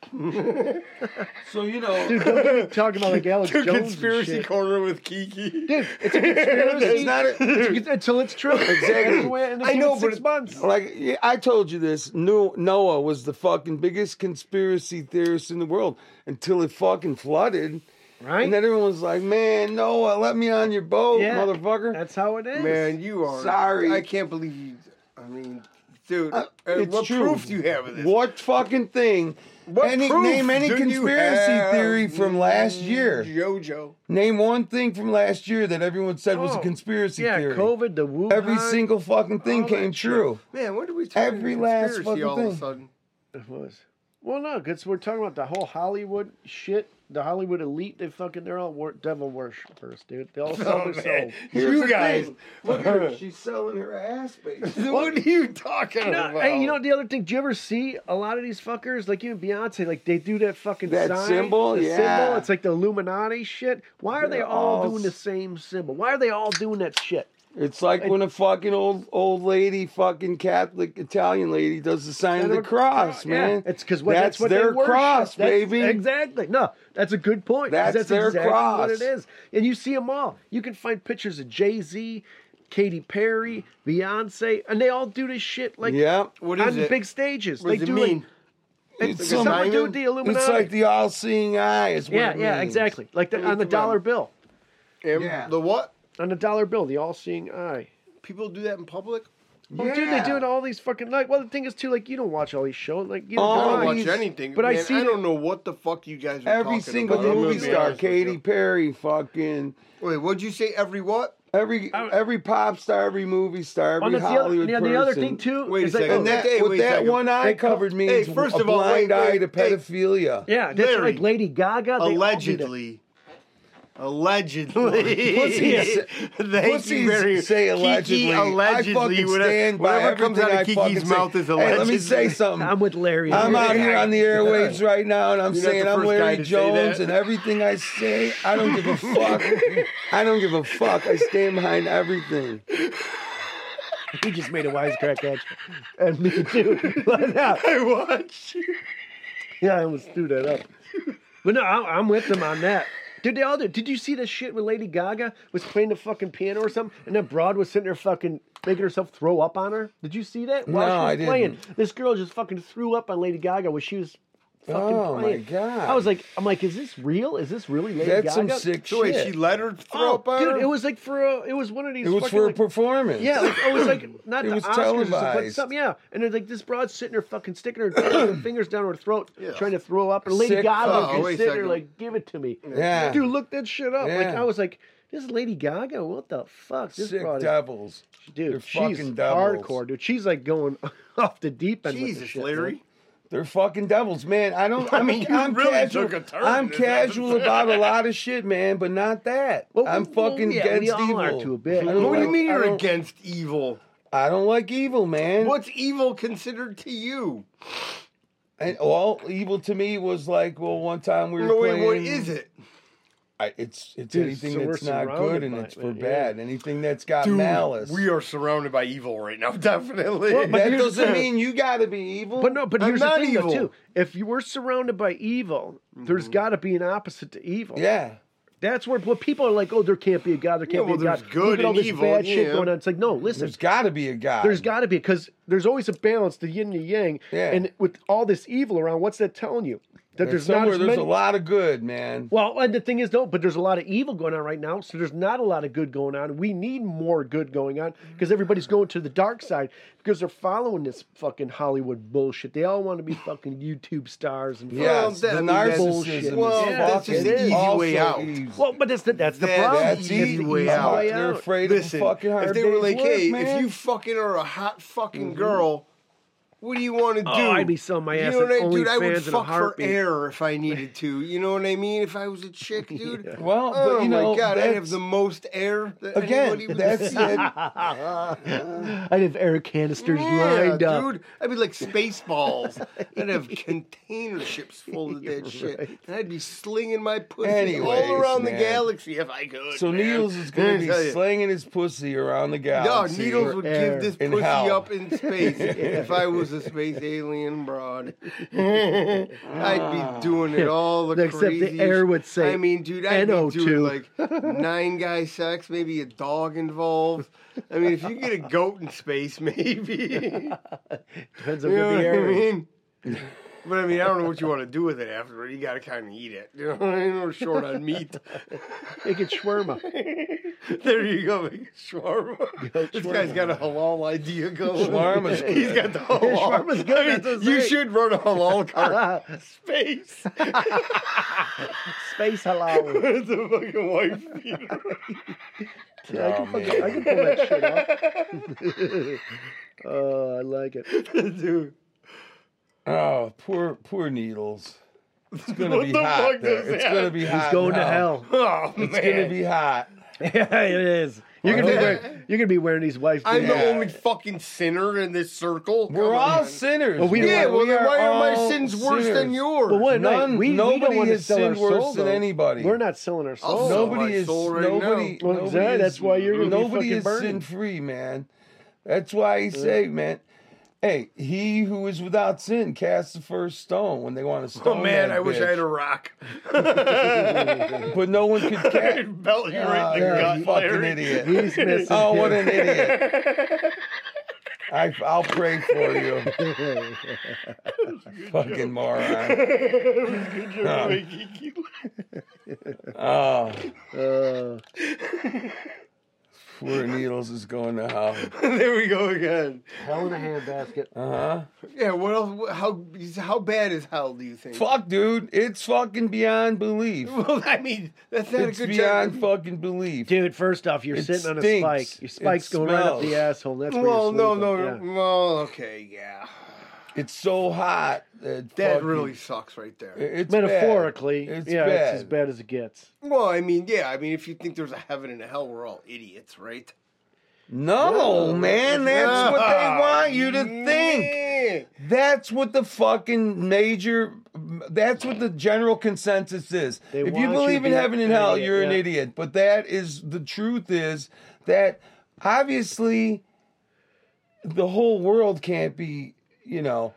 [SPEAKER 2] So you know,
[SPEAKER 4] Dude, don't get me talking about like Alex Jones and
[SPEAKER 3] Conspiracy
[SPEAKER 4] shit.
[SPEAKER 3] corner with Kiki.
[SPEAKER 4] Dude, it's a conspiracy
[SPEAKER 2] it's not a,
[SPEAKER 4] It's- until it's true. Exactly.
[SPEAKER 2] know,
[SPEAKER 4] I know,
[SPEAKER 2] but
[SPEAKER 4] six
[SPEAKER 2] it-
[SPEAKER 4] months.
[SPEAKER 2] like yeah, I told you this. Nu- Noah was the fucking biggest conspiracy theorist in the world until it fucking flooded.
[SPEAKER 4] Right?
[SPEAKER 2] And then everyone was like, "Man, Noah, let me on your boat,
[SPEAKER 4] Yeah.
[SPEAKER 2] motherfucker."
[SPEAKER 4] That's how it is.
[SPEAKER 3] Man, you are
[SPEAKER 2] Sorry.
[SPEAKER 3] I can't believe you. I mean, dude,
[SPEAKER 2] Uh,
[SPEAKER 3] uh,
[SPEAKER 2] it's
[SPEAKER 3] what
[SPEAKER 2] true.
[SPEAKER 3] proof do you have of this?
[SPEAKER 2] What fucking thing?
[SPEAKER 3] What
[SPEAKER 2] any
[SPEAKER 3] proof
[SPEAKER 2] name any
[SPEAKER 3] do you
[SPEAKER 2] conspiracy
[SPEAKER 3] have, Mm,
[SPEAKER 2] theory from last year.
[SPEAKER 3] JoJo?
[SPEAKER 2] Name one thing from last year that everyone said was a
[SPEAKER 4] Oh,
[SPEAKER 2] conspiracy
[SPEAKER 4] yeah,
[SPEAKER 2] theory.
[SPEAKER 4] COVID, the Wuhan.
[SPEAKER 2] Every single fucking thing
[SPEAKER 4] all
[SPEAKER 2] came
[SPEAKER 4] that shit.
[SPEAKER 2] true.
[SPEAKER 3] Man, when did we turn
[SPEAKER 2] Every
[SPEAKER 3] into
[SPEAKER 2] last
[SPEAKER 3] conspiracy
[SPEAKER 2] fucking
[SPEAKER 3] all of a
[SPEAKER 2] thing.
[SPEAKER 3] sudden?
[SPEAKER 4] It was. Well, no, because we're talking about the whole Hollywood shit. The Hollywood elite, they fucking, they're all wor- devil worshippers, dude. They all sell
[SPEAKER 3] Oh,
[SPEAKER 4] their
[SPEAKER 3] man.
[SPEAKER 4] soul.
[SPEAKER 2] Here's
[SPEAKER 3] You
[SPEAKER 2] the
[SPEAKER 3] guys.
[SPEAKER 2] thing. Look at her. She's selling her ass, baby.
[SPEAKER 3] What are you talking
[SPEAKER 4] You know,
[SPEAKER 3] about?
[SPEAKER 4] Hey, you know the other thing? Do you ever see a lot of these fuckers, like even Beyonce, like they do that fucking
[SPEAKER 2] That
[SPEAKER 4] sign,
[SPEAKER 2] symbol?
[SPEAKER 4] the
[SPEAKER 2] Yeah.
[SPEAKER 4] symbol. It's like the Illuminati shit. Why are they
[SPEAKER 2] They're
[SPEAKER 4] all,
[SPEAKER 2] all
[SPEAKER 4] doing
[SPEAKER 2] s-
[SPEAKER 4] the same symbol? Why are they all doing that shit?
[SPEAKER 2] It's like when a fucking old old lady, fucking Catholic Italian lady, does the sign of the cross,
[SPEAKER 4] Yeah,
[SPEAKER 2] man.
[SPEAKER 4] It's because what
[SPEAKER 2] that's,
[SPEAKER 4] that's, what they
[SPEAKER 2] their
[SPEAKER 4] worship.
[SPEAKER 2] cross,
[SPEAKER 4] That's-
[SPEAKER 2] baby.
[SPEAKER 4] Exactly. No, that's a good point. 'cause
[SPEAKER 2] That's their
[SPEAKER 4] exactly What
[SPEAKER 2] cross.
[SPEAKER 4] it is, and you see them all. You can find pictures of Jay Z, Katy Perry, Beyonce, and they all do this shit like
[SPEAKER 2] Yeah.
[SPEAKER 3] What
[SPEAKER 4] on
[SPEAKER 3] is it?
[SPEAKER 4] big stages.
[SPEAKER 3] what
[SPEAKER 4] they
[SPEAKER 3] does it
[SPEAKER 4] do
[SPEAKER 3] mean?
[SPEAKER 4] Like,
[SPEAKER 2] It's
[SPEAKER 4] it's
[SPEAKER 2] some-
[SPEAKER 4] someone do the Illuminati.
[SPEAKER 2] It's like the all-seeing eye. Is what
[SPEAKER 4] yeah,
[SPEAKER 2] it
[SPEAKER 4] yeah,
[SPEAKER 2] means.
[SPEAKER 4] exactly. Like the,
[SPEAKER 3] mean,
[SPEAKER 4] on the
[SPEAKER 3] come
[SPEAKER 4] dollar
[SPEAKER 3] on.
[SPEAKER 4] bill,
[SPEAKER 3] Em-
[SPEAKER 2] Yeah.
[SPEAKER 3] The what?
[SPEAKER 4] on the dollar bill, the all-seeing eye.
[SPEAKER 3] People do that in public?
[SPEAKER 4] Well, Oh, dude, they do it all these fucking like. Well, the thing is too, like you don't watch all these shows, like you don't
[SPEAKER 2] All
[SPEAKER 3] I don't
[SPEAKER 2] Oh,
[SPEAKER 3] watch
[SPEAKER 2] these-
[SPEAKER 3] anything.
[SPEAKER 4] but I
[SPEAKER 3] man.
[SPEAKER 4] see
[SPEAKER 3] I don't
[SPEAKER 4] that-
[SPEAKER 3] know what the fuck you guys are
[SPEAKER 2] Every
[SPEAKER 3] talking
[SPEAKER 2] single
[SPEAKER 3] about. I'm gonna
[SPEAKER 2] movie
[SPEAKER 3] be
[SPEAKER 2] star,
[SPEAKER 3] honest with
[SPEAKER 2] Katy Perry, fucking
[SPEAKER 3] you. Wait, what'd you say? Every what?
[SPEAKER 2] every
[SPEAKER 4] I-
[SPEAKER 2] every pop star, every movie star,
[SPEAKER 4] Well,
[SPEAKER 2] every
[SPEAKER 4] that's the other,
[SPEAKER 2] Hollywood
[SPEAKER 4] yeah,
[SPEAKER 2] person.
[SPEAKER 4] the other thing too.
[SPEAKER 3] Wait a
[SPEAKER 4] is like, oh,
[SPEAKER 3] second.
[SPEAKER 2] And that,
[SPEAKER 3] Hey,
[SPEAKER 2] with
[SPEAKER 3] Oh, wait a
[SPEAKER 2] that
[SPEAKER 3] second.
[SPEAKER 2] one eye
[SPEAKER 4] They co-
[SPEAKER 2] covered means
[SPEAKER 3] Hey, first
[SPEAKER 2] a
[SPEAKER 3] of all, wait,
[SPEAKER 2] blind eye
[SPEAKER 3] wait,
[SPEAKER 2] to
[SPEAKER 3] hey.
[SPEAKER 2] pedophilia.
[SPEAKER 4] Yeah, that's
[SPEAKER 3] Larry.
[SPEAKER 4] like Lady Gaga. they all do that.
[SPEAKER 3] Allegedly. Allegedly.
[SPEAKER 2] Pussies-
[SPEAKER 3] Thank
[SPEAKER 2] Pussies
[SPEAKER 3] you very
[SPEAKER 2] say allegedly.
[SPEAKER 3] Kiki allegedly.
[SPEAKER 2] I fucking
[SPEAKER 3] whatever
[SPEAKER 2] stand by
[SPEAKER 3] whatever comes
[SPEAKER 2] everything
[SPEAKER 3] out
[SPEAKER 2] I
[SPEAKER 3] of
[SPEAKER 2] fucking
[SPEAKER 3] Kiki's
[SPEAKER 2] say.
[SPEAKER 3] mouth is allegedly.
[SPEAKER 2] Hey, let me say something.
[SPEAKER 4] I'm with Larry.
[SPEAKER 2] I'm
[SPEAKER 4] here.
[SPEAKER 2] out here on the airwaves right now, and I'm
[SPEAKER 3] You're not
[SPEAKER 2] saying
[SPEAKER 3] the
[SPEAKER 2] I'm
[SPEAKER 3] first guy
[SPEAKER 2] Larry
[SPEAKER 3] to say
[SPEAKER 2] Jones,
[SPEAKER 3] that.
[SPEAKER 2] and everything I say, I don't give a fuck. I don't give a fuck. I stand behind everything.
[SPEAKER 4] He just made a wisecrack at you. And me too. But, yeah,
[SPEAKER 3] I watch.
[SPEAKER 4] yeah, I almost threw that up. But no, I, I'm with them on that. Did they all do? Did you see the shit where Lady Gaga was playing the fucking piano or something, and then Broad was sitting there fucking making herself throw up on her? Did you see that?
[SPEAKER 2] No,
[SPEAKER 4] While she was
[SPEAKER 2] I didn't.
[SPEAKER 4] playing, this girl just fucking threw up on Lady Gaga when she was fucking
[SPEAKER 2] Oh, my
[SPEAKER 4] playing.
[SPEAKER 2] God.
[SPEAKER 4] I was like, I'm like, is this real? Is this really Lady
[SPEAKER 2] That's some
[SPEAKER 4] Gaga?
[SPEAKER 2] sick
[SPEAKER 3] So wait,
[SPEAKER 2] shit.
[SPEAKER 3] she let her throw
[SPEAKER 4] Oh,
[SPEAKER 3] up on
[SPEAKER 4] dude,
[SPEAKER 3] her?
[SPEAKER 4] it was like for a, it was one of these.
[SPEAKER 2] it was
[SPEAKER 4] fucking,
[SPEAKER 2] for a
[SPEAKER 4] like-
[SPEAKER 2] performance.
[SPEAKER 4] Yeah, like, oh, it was like not
[SPEAKER 2] It
[SPEAKER 4] the
[SPEAKER 2] was
[SPEAKER 4] Oscars, it was like
[SPEAKER 2] televised.
[SPEAKER 4] something. Yeah, and it's like this broad sitting there, fucking sticking her, her fingers down her throat,
[SPEAKER 3] Yeah.
[SPEAKER 4] trying to throw up, and Lady
[SPEAKER 2] Sick
[SPEAKER 4] Gaga
[SPEAKER 2] fuck.
[SPEAKER 4] could
[SPEAKER 3] Oh, wait a
[SPEAKER 4] sit there
[SPEAKER 3] second.
[SPEAKER 4] like, give it to me.
[SPEAKER 2] Yeah.
[SPEAKER 4] dude, look that shit up. Like
[SPEAKER 2] Yeah.
[SPEAKER 4] I was like, this is Lady Gaga. What the fuck? This
[SPEAKER 2] Sick
[SPEAKER 4] broad is-
[SPEAKER 2] devils. They're
[SPEAKER 4] dude, she's
[SPEAKER 2] fucking devils.
[SPEAKER 4] hardcore, dude. She's like going off the deep end. with this
[SPEAKER 3] Jesus,
[SPEAKER 4] shit,
[SPEAKER 3] Larry.
[SPEAKER 2] They're fucking devils, man. I don't.
[SPEAKER 3] I
[SPEAKER 2] I mean,
[SPEAKER 3] mean, you
[SPEAKER 2] I'm
[SPEAKER 3] really
[SPEAKER 2] casual.
[SPEAKER 3] took a turn
[SPEAKER 2] I'm
[SPEAKER 3] this
[SPEAKER 2] casual
[SPEAKER 3] episode.
[SPEAKER 2] about a lot of shit, man, but not that.
[SPEAKER 4] Well,
[SPEAKER 2] I'm
[SPEAKER 4] we- well,
[SPEAKER 2] fucking
[SPEAKER 4] yeah, we
[SPEAKER 2] against
[SPEAKER 4] all are
[SPEAKER 2] evil.
[SPEAKER 4] to a bit.
[SPEAKER 2] I
[SPEAKER 4] What
[SPEAKER 2] don't
[SPEAKER 3] What do you
[SPEAKER 2] like-
[SPEAKER 3] mean
[SPEAKER 2] I
[SPEAKER 3] you're
[SPEAKER 2] don't-
[SPEAKER 3] against evil?
[SPEAKER 2] I don't like evil, man.
[SPEAKER 3] What's evil considered to you?
[SPEAKER 2] And all evil to me was like, well, one time we were
[SPEAKER 3] No, wait,
[SPEAKER 2] playing.
[SPEAKER 3] what is it?
[SPEAKER 2] I, it's it's
[SPEAKER 4] Dude,
[SPEAKER 2] anything
[SPEAKER 4] so we're
[SPEAKER 2] that's not
[SPEAKER 4] surrounded
[SPEAKER 2] good and
[SPEAKER 4] by it,
[SPEAKER 2] it's for
[SPEAKER 4] man, yeah.
[SPEAKER 2] bad. Anything that's got malice.
[SPEAKER 3] we are surrounded by evil right now, definitely.
[SPEAKER 4] Well, but
[SPEAKER 2] that
[SPEAKER 4] here's the
[SPEAKER 2] doesn't
[SPEAKER 4] thing.
[SPEAKER 2] mean you got to be evil.
[SPEAKER 4] But no, but
[SPEAKER 3] I'm
[SPEAKER 4] here's the
[SPEAKER 3] not
[SPEAKER 4] thing
[SPEAKER 3] evil. Mm-hmm.
[SPEAKER 4] though too. If you were surrounded by evil, there's got to be an opposite to evil.
[SPEAKER 2] Yeah.
[SPEAKER 4] That's where what people are like, oh, there can't be a God, there can't
[SPEAKER 3] Yeah, well,
[SPEAKER 4] be a God.
[SPEAKER 3] there's good
[SPEAKER 4] Look at all
[SPEAKER 3] and
[SPEAKER 4] this
[SPEAKER 3] evil,
[SPEAKER 4] bad
[SPEAKER 3] yeah.
[SPEAKER 4] shit going on. It's like, no, listen,
[SPEAKER 2] There's got to be a God.
[SPEAKER 4] there's got to be because there's always a balance, the yin and the yang.
[SPEAKER 2] Yeah.
[SPEAKER 4] And with all this evil around, what's that telling you? That
[SPEAKER 2] And
[SPEAKER 4] there's, not
[SPEAKER 2] somewhere
[SPEAKER 4] as
[SPEAKER 2] there's
[SPEAKER 4] many.
[SPEAKER 2] a lot of good, man.
[SPEAKER 4] Well, and the thing is, no, but there's a lot of evil going on right now, so there's not a lot of good going on. We need more good going on because everybody's going to the dark side because they're following this fucking Hollywood bullshit. They all want to be fucking YouTube stars and
[SPEAKER 2] Yes,
[SPEAKER 3] Well, that-
[SPEAKER 2] the
[SPEAKER 3] I mean, that's-
[SPEAKER 2] narcissism.
[SPEAKER 3] Well,
[SPEAKER 2] is
[SPEAKER 4] that's
[SPEAKER 2] fucking
[SPEAKER 4] just an
[SPEAKER 3] easy
[SPEAKER 2] also
[SPEAKER 3] way out.
[SPEAKER 2] easy.
[SPEAKER 4] Well, but that's the, that's the
[SPEAKER 3] That-
[SPEAKER 4] problem.
[SPEAKER 3] that's
[SPEAKER 4] It's
[SPEAKER 2] That's
[SPEAKER 4] the
[SPEAKER 2] easy
[SPEAKER 3] easy way
[SPEAKER 2] out.
[SPEAKER 3] out.
[SPEAKER 2] They're afraid
[SPEAKER 3] Listen,
[SPEAKER 2] of a fucking hard
[SPEAKER 3] if they were
[SPEAKER 2] day's
[SPEAKER 3] like,
[SPEAKER 2] work,
[SPEAKER 3] hey,
[SPEAKER 2] man.
[SPEAKER 3] if you fucking are a hot fucking girl, what do you want to do?
[SPEAKER 4] Mm-hmm. Oh, I'd be selling my ass
[SPEAKER 3] You know
[SPEAKER 4] at
[SPEAKER 3] what I, dude, I would
[SPEAKER 4] OnlyFans in a
[SPEAKER 3] fuck for
[SPEAKER 4] heartbeat.
[SPEAKER 3] air if I needed to. You know what I mean? If I was a chick, dude.
[SPEAKER 2] well,
[SPEAKER 3] Oh
[SPEAKER 2] but you
[SPEAKER 3] my
[SPEAKER 2] know,
[SPEAKER 3] god, I'd have
[SPEAKER 2] that's-
[SPEAKER 3] the most air that anybody
[SPEAKER 2] again.
[SPEAKER 3] would
[SPEAKER 2] That's
[SPEAKER 3] see.
[SPEAKER 2] it.
[SPEAKER 4] I'd have air canisters
[SPEAKER 3] Yeah,
[SPEAKER 4] lined up.
[SPEAKER 3] dude. I'd be like space balls. I'd have container ships full of that shit. And I'd be slinging my pussy
[SPEAKER 2] Anyways,
[SPEAKER 3] all around the
[SPEAKER 2] man.
[SPEAKER 3] galaxy if I could.
[SPEAKER 2] So
[SPEAKER 3] man.
[SPEAKER 2] Needles is
[SPEAKER 3] Let
[SPEAKER 2] going
[SPEAKER 3] me
[SPEAKER 2] to
[SPEAKER 3] tell you.
[SPEAKER 2] be slinging his pussy around the
[SPEAKER 3] No,
[SPEAKER 2] galaxy.
[SPEAKER 3] Needles would
[SPEAKER 4] air.
[SPEAKER 3] give this
[SPEAKER 2] In
[SPEAKER 3] pussy
[SPEAKER 2] hell.
[SPEAKER 3] up in space if I was a space alien broad. I'd be doing it all the
[SPEAKER 4] Except the
[SPEAKER 3] craziest-
[SPEAKER 4] air would say
[SPEAKER 3] I mean, dude, I'd be
[SPEAKER 4] NO2.
[SPEAKER 3] doing like nine guy sex, maybe a dog involved. I mean, if you get a goat in space, maybe.
[SPEAKER 4] Depends on
[SPEAKER 3] You know
[SPEAKER 4] the
[SPEAKER 3] what I
[SPEAKER 4] area.
[SPEAKER 3] mean? But I mean, I don't know what you want to do with it afterward. You got to kind of eat it. You know, we're short on meat.
[SPEAKER 4] Make it shawarma.
[SPEAKER 3] there you go, make it shawarma. This guy's got a halal idea going.
[SPEAKER 2] Shawarma's good.
[SPEAKER 3] He's got the halal.
[SPEAKER 4] shawarma's good,
[SPEAKER 3] I mean,
[SPEAKER 4] that's what I'm
[SPEAKER 3] you
[SPEAKER 4] saying.
[SPEAKER 3] should run a halal cart.
[SPEAKER 4] Ah,
[SPEAKER 3] Space.
[SPEAKER 4] Space halal.
[SPEAKER 3] it's a fucking wife beater.
[SPEAKER 4] I, can
[SPEAKER 2] Oh,
[SPEAKER 4] fucking, I can pull that shit off. oh, I like it.
[SPEAKER 3] Dude.
[SPEAKER 2] Oh, poor, poor Needles. It's going to
[SPEAKER 3] What
[SPEAKER 2] be
[SPEAKER 3] the
[SPEAKER 2] hot.
[SPEAKER 3] fuck
[SPEAKER 2] There.
[SPEAKER 3] does
[SPEAKER 2] It's
[SPEAKER 3] that-
[SPEAKER 2] going to be hot.
[SPEAKER 4] He's
[SPEAKER 2] in
[SPEAKER 4] going to hell.
[SPEAKER 3] Oh, man.
[SPEAKER 2] It's going to be hot.
[SPEAKER 4] yeah, it is. You're gonna be wearing, you're gonna be wearing these wife
[SPEAKER 3] I'm
[SPEAKER 4] beaters.
[SPEAKER 2] Yeah.
[SPEAKER 3] the only fucking sinner in this circle.
[SPEAKER 2] We're
[SPEAKER 3] Come
[SPEAKER 2] all
[SPEAKER 3] on.
[SPEAKER 2] sinners.
[SPEAKER 4] Well, we
[SPEAKER 2] man.
[SPEAKER 3] Yeah, well,
[SPEAKER 2] We
[SPEAKER 3] then why are my
[SPEAKER 2] all
[SPEAKER 3] sins worse than
[SPEAKER 2] sinners.
[SPEAKER 3] yours?
[SPEAKER 4] But what-
[SPEAKER 2] None-
[SPEAKER 4] we- we don't
[SPEAKER 2] nobody
[SPEAKER 4] wanna
[SPEAKER 2] has
[SPEAKER 4] sell our
[SPEAKER 2] sinned worse
[SPEAKER 4] soul,
[SPEAKER 2] than
[SPEAKER 4] though.
[SPEAKER 2] anybody.
[SPEAKER 4] We're not selling our souls.
[SPEAKER 3] sell
[SPEAKER 2] Nobody
[SPEAKER 3] Oh, my
[SPEAKER 2] is
[SPEAKER 3] soul right
[SPEAKER 2] nobody.
[SPEAKER 4] now. Well,
[SPEAKER 2] nobody
[SPEAKER 4] exactly,
[SPEAKER 2] is-
[SPEAKER 4] that's why you're gonna be
[SPEAKER 2] nobody
[SPEAKER 4] fucking
[SPEAKER 2] is
[SPEAKER 4] burning.
[SPEAKER 2] sin free, man. That's why he say, man. Hey, he who is without sin casts the first stone when they want to
[SPEAKER 3] Oh
[SPEAKER 2] stone.
[SPEAKER 3] man,
[SPEAKER 2] that
[SPEAKER 3] I wish I had a
[SPEAKER 2] bitch.
[SPEAKER 3] rock.
[SPEAKER 2] But no one could catch.
[SPEAKER 3] I'd belt you right in the
[SPEAKER 2] Ah, yeah,
[SPEAKER 3] gut,
[SPEAKER 2] you fucking
[SPEAKER 3] Larry.
[SPEAKER 2] idiot.
[SPEAKER 4] He's missing.
[SPEAKER 2] Oh, what an idiot! I, I'll pray for you, fucking moron.
[SPEAKER 3] You're making you-
[SPEAKER 2] Oh,
[SPEAKER 4] Uh,
[SPEAKER 2] Ah. poor needles is going to hell.
[SPEAKER 3] there we go again.
[SPEAKER 4] hell in a handbasket.
[SPEAKER 2] Uh huh.
[SPEAKER 3] Yeah, what else? How how bad is hell? Do you think?
[SPEAKER 2] Fuck, dude, it's fucking beyond belief.
[SPEAKER 3] Well, I mean, that's not
[SPEAKER 2] It's
[SPEAKER 3] a good
[SPEAKER 2] beyond
[SPEAKER 3] job.
[SPEAKER 2] fucking belief.
[SPEAKER 4] Dude, first off, you're
[SPEAKER 2] It
[SPEAKER 4] sitting on a
[SPEAKER 2] stinks.
[SPEAKER 4] spike. Your
[SPEAKER 2] It
[SPEAKER 4] spike's going right up the
[SPEAKER 2] smells.
[SPEAKER 4] asshole. and That's where
[SPEAKER 3] Well,
[SPEAKER 4] you're
[SPEAKER 3] no,
[SPEAKER 4] sleeping.
[SPEAKER 3] no,
[SPEAKER 4] Yeah.
[SPEAKER 3] no. Well, okay, yeah.
[SPEAKER 2] It's so hot. That,
[SPEAKER 3] That
[SPEAKER 2] fucking-
[SPEAKER 3] really sucks right there.
[SPEAKER 2] It's bad.
[SPEAKER 4] Metaphorically,
[SPEAKER 2] It's
[SPEAKER 4] yeah,
[SPEAKER 2] bad.
[SPEAKER 4] it's as bad as it gets.
[SPEAKER 3] Well, I mean, yeah. I mean, if you think there's a heaven and a hell, we're all idiots, right? Ah,
[SPEAKER 2] No, man, that's what they want you to think.
[SPEAKER 3] think.
[SPEAKER 2] That's what the fucking major. That's what the general consensus is.
[SPEAKER 4] They
[SPEAKER 2] if
[SPEAKER 4] want you
[SPEAKER 2] you
[SPEAKER 4] to
[SPEAKER 2] believe
[SPEAKER 4] be
[SPEAKER 2] in heaven and
[SPEAKER 4] an
[SPEAKER 2] hell,
[SPEAKER 4] idiot,
[SPEAKER 2] you're an
[SPEAKER 4] yeah.
[SPEAKER 2] idiot. But that is the truth is that obviously the whole world can't be, you know,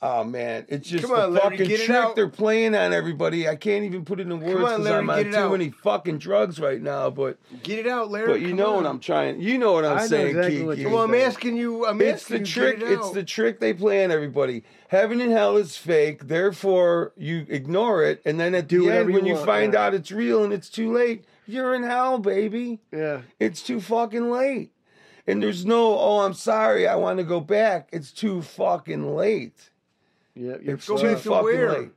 [SPEAKER 2] Oh man, it's just
[SPEAKER 3] Come on,
[SPEAKER 2] the
[SPEAKER 3] Larry,
[SPEAKER 2] fucking
[SPEAKER 3] get it
[SPEAKER 2] trick
[SPEAKER 3] out.
[SPEAKER 2] they're playing on everybody. I can't even put it in words
[SPEAKER 3] on,
[SPEAKER 2] because I'm
[SPEAKER 3] Larry,
[SPEAKER 2] on
[SPEAKER 3] get
[SPEAKER 2] too
[SPEAKER 3] it out.
[SPEAKER 2] many fucking drugs right now. But
[SPEAKER 3] Get it out, Larry.
[SPEAKER 2] but you
[SPEAKER 3] come
[SPEAKER 2] know what
[SPEAKER 3] on.
[SPEAKER 2] I'm trying. You know what I'm
[SPEAKER 4] I know
[SPEAKER 2] saying,
[SPEAKER 4] exactly what
[SPEAKER 2] Kiki.
[SPEAKER 4] you're
[SPEAKER 3] Well, I'm asking you. I'm
[SPEAKER 2] It's the
[SPEAKER 3] asking you,
[SPEAKER 2] trick.
[SPEAKER 3] Get it
[SPEAKER 2] it's
[SPEAKER 3] out.
[SPEAKER 2] the trick they play on everybody. Heaven and hell is fake. Therefore, you ignore it, and then at
[SPEAKER 4] Do
[SPEAKER 2] the
[SPEAKER 4] whatever
[SPEAKER 2] end,
[SPEAKER 4] you
[SPEAKER 2] when you
[SPEAKER 4] want,
[SPEAKER 2] find
[SPEAKER 4] yeah.
[SPEAKER 2] out it's real and it's too late, you're in hell, baby.
[SPEAKER 4] Yeah.
[SPEAKER 2] It's too fucking late. And there's no, oh, I'm sorry, I want to go back. It's too fucking late.
[SPEAKER 4] Yeah. You're
[SPEAKER 2] It's
[SPEAKER 3] Go
[SPEAKER 2] too
[SPEAKER 3] back to
[SPEAKER 2] fucking
[SPEAKER 3] where?
[SPEAKER 2] late.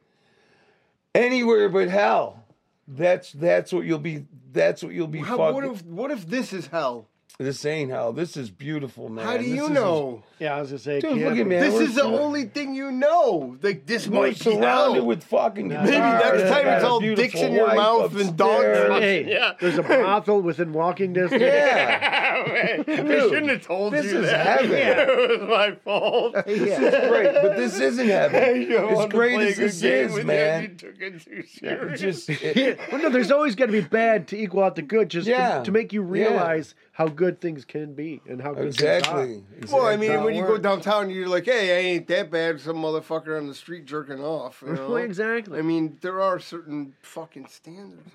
[SPEAKER 2] Anywhere but hell. That's that's what you'll be. That's what you'll be.
[SPEAKER 3] How,
[SPEAKER 2] fucking.
[SPEAKER 3] what if what if this is hell?
[SPEAKER 2] this ain't hell. This is beautiful, man.
[SPEAKER 3] How do
[SPEAKER 2] This
[SPEAKER 3] you
[SPEAKER 2] is-
[SPEAKER 3] know?
[SPEAKER 4] yeah, I was gonna say. it
[SPEAKER 2] Dude,
[SPEAKER 4] can't
[SPEAKER 2] look at
[SPEAKER 4] be-
[SPEAKER 2] me. Yeah,
[SPEAKER 3] this
[SPEAKER 2] we're
[SPEAKER 3] is the
[SPEAKER 2] sur-
[SPEAKER 3] only thing you know. Like this
[SPEAKER 2] We're
[SPEAKER 3] might be
[SPEAKER 2] surrounded
[SPEAKER 3] hell.
[SPEAKER 2] with fucking.
[SPEAKER 4] Maybe
[SPEAKER 2] guitars.
[SPEAKER 3] Maybe next
[SPEAKER 2] I've
[SPEAKER 3] time
[SPEAKER 2] got
[SPEAKER 3] it's
[SPEAKER 2] a
[SPEAKER 3] all
[SPEAKER 2] beautiful
[SPEAKER 3] dicks in your
[SPEAKER 2] wife
[SPEAKER 3] mouth and dogs.
[SPEAKER 2] upstairs.
[SPEAKER 4] Hey,
[SPEAKER 3] Yeah.
[SPEAKER 4] there's a brothel within walking distance.
[SPEAKER 2] Yeah,
[SPEAKER 3] I
[SPEAKER 2] Dude,
[SPEAKER 3] shouldn't have told
[SPEAKER 2] this
[SPEAKER 3] you
[SPEAKER 2] is
[SPEAKER 3] that.
[SPEAKER 2] heaven.
[SPEAKER 3] it was my fault.
[SPEAKER 2] this is great, but this isn't heaven.
[SPEAKER 3] You wanted to
[SPEAKER 2] As great
[SPEAKER 3] play a
[SPEAKER 2] as
[SPEAKER 3] good
[SPEAKER 2] this
[SPEAKER 3] game
[SPEAKER 2] is,
[SPEAKER 3] with him, You
[SPEAKER 2] man.
[SPEAKER 3] took it too
[SPEAKER 2] It
[SPEAKER 3] serious.
[SPEAKER 2] just it-
[SPEAKER 4] Yeah. Well, no, there's always going to be bad to equal out the good, just to-
[SPEAKER 2] Yeah.
[SPEAKER 4] to, make you
[SPEAKER 2] Yeah.
[SPEAKER 4] realize how good things can be and how good
[SPEAKER 2] exactly.
[SPEAKER 3] Well, I mean,
[SPEAKER 4] how it
[SPEAKER 3] when you go
[SPEAKER 4] works.
[SPEAKER 3] downtown, you're like, "Hey, I ain't that bad." Some motherfucker on the street jerking off. You
[SPEAKER 4] things are.
[SPEAKER 3] know?
[SPEAKER 4] Well, exactly.
[SPEAKER 3] I mean, there are certain fucking standards.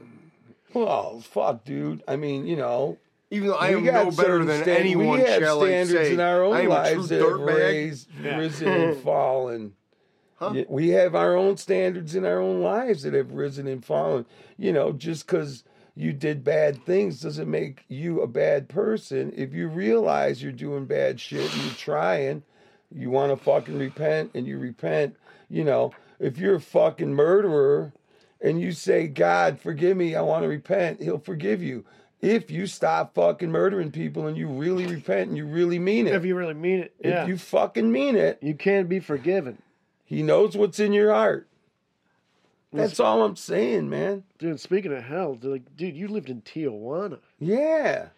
[SPEAKER 2] Well, fuck, dude. I mean, you know,
[SPEAKER 3] Even though I
[SPEAKER 2] we
[SPEAKER 3] am
[SPEAKER 2] got
[SPEAKER 3] no better
[SPEAKER 2] certain
[SPEAKER 3] than
[SPEAKER 2] stand-
[SPEAKER 3] anyone,
[SPEAKER 2] We have
[SPEAKER 3] shall
[SPEAKER 2] standards
[SPEAKER 3] I say?
[SPEAKER 2] in our own
[SPEAKER 3] I am
[SPEAKER 2] lives
[SPEAKER 3] a
[SPEAKER 2] that
[SPEAKER 3] true
[SPEAKER 2] have
[SPEAKER 3] dirtbag.
[SPEAKER 2] raised, risen, and fallen.
[SPEAKER 3] Huh?
[SPEAKER 2] Yeah, We have our own standards in our own lives that have risen and fallen. You know, just because you did bad things doesn't make you a bad person. If you realize you're doing bad shit and you're trying, you want to fucking repent and you repent. You know, if you're a fucking murderer and you say, God, forgive me, I want to repent, he'll forgive you. If you stop fucking murdering people and you really repent and you really mean it,
[SPEAKER 4] if you really mean it, yeah,
[SPEAKER 2] if
[SPEAKER 4] you,
[SPEAKER 2] you fucking mean it,
[SPEAKER 4] can be forgiven,
[SPEAKER 2] he knows what's in your heart. That's all I'm saying, man.
[SPEAKER 4] dude. Speaking of hell, they're like, dude, you lived in Tijuana.
[SPEAKER 2] Yeah.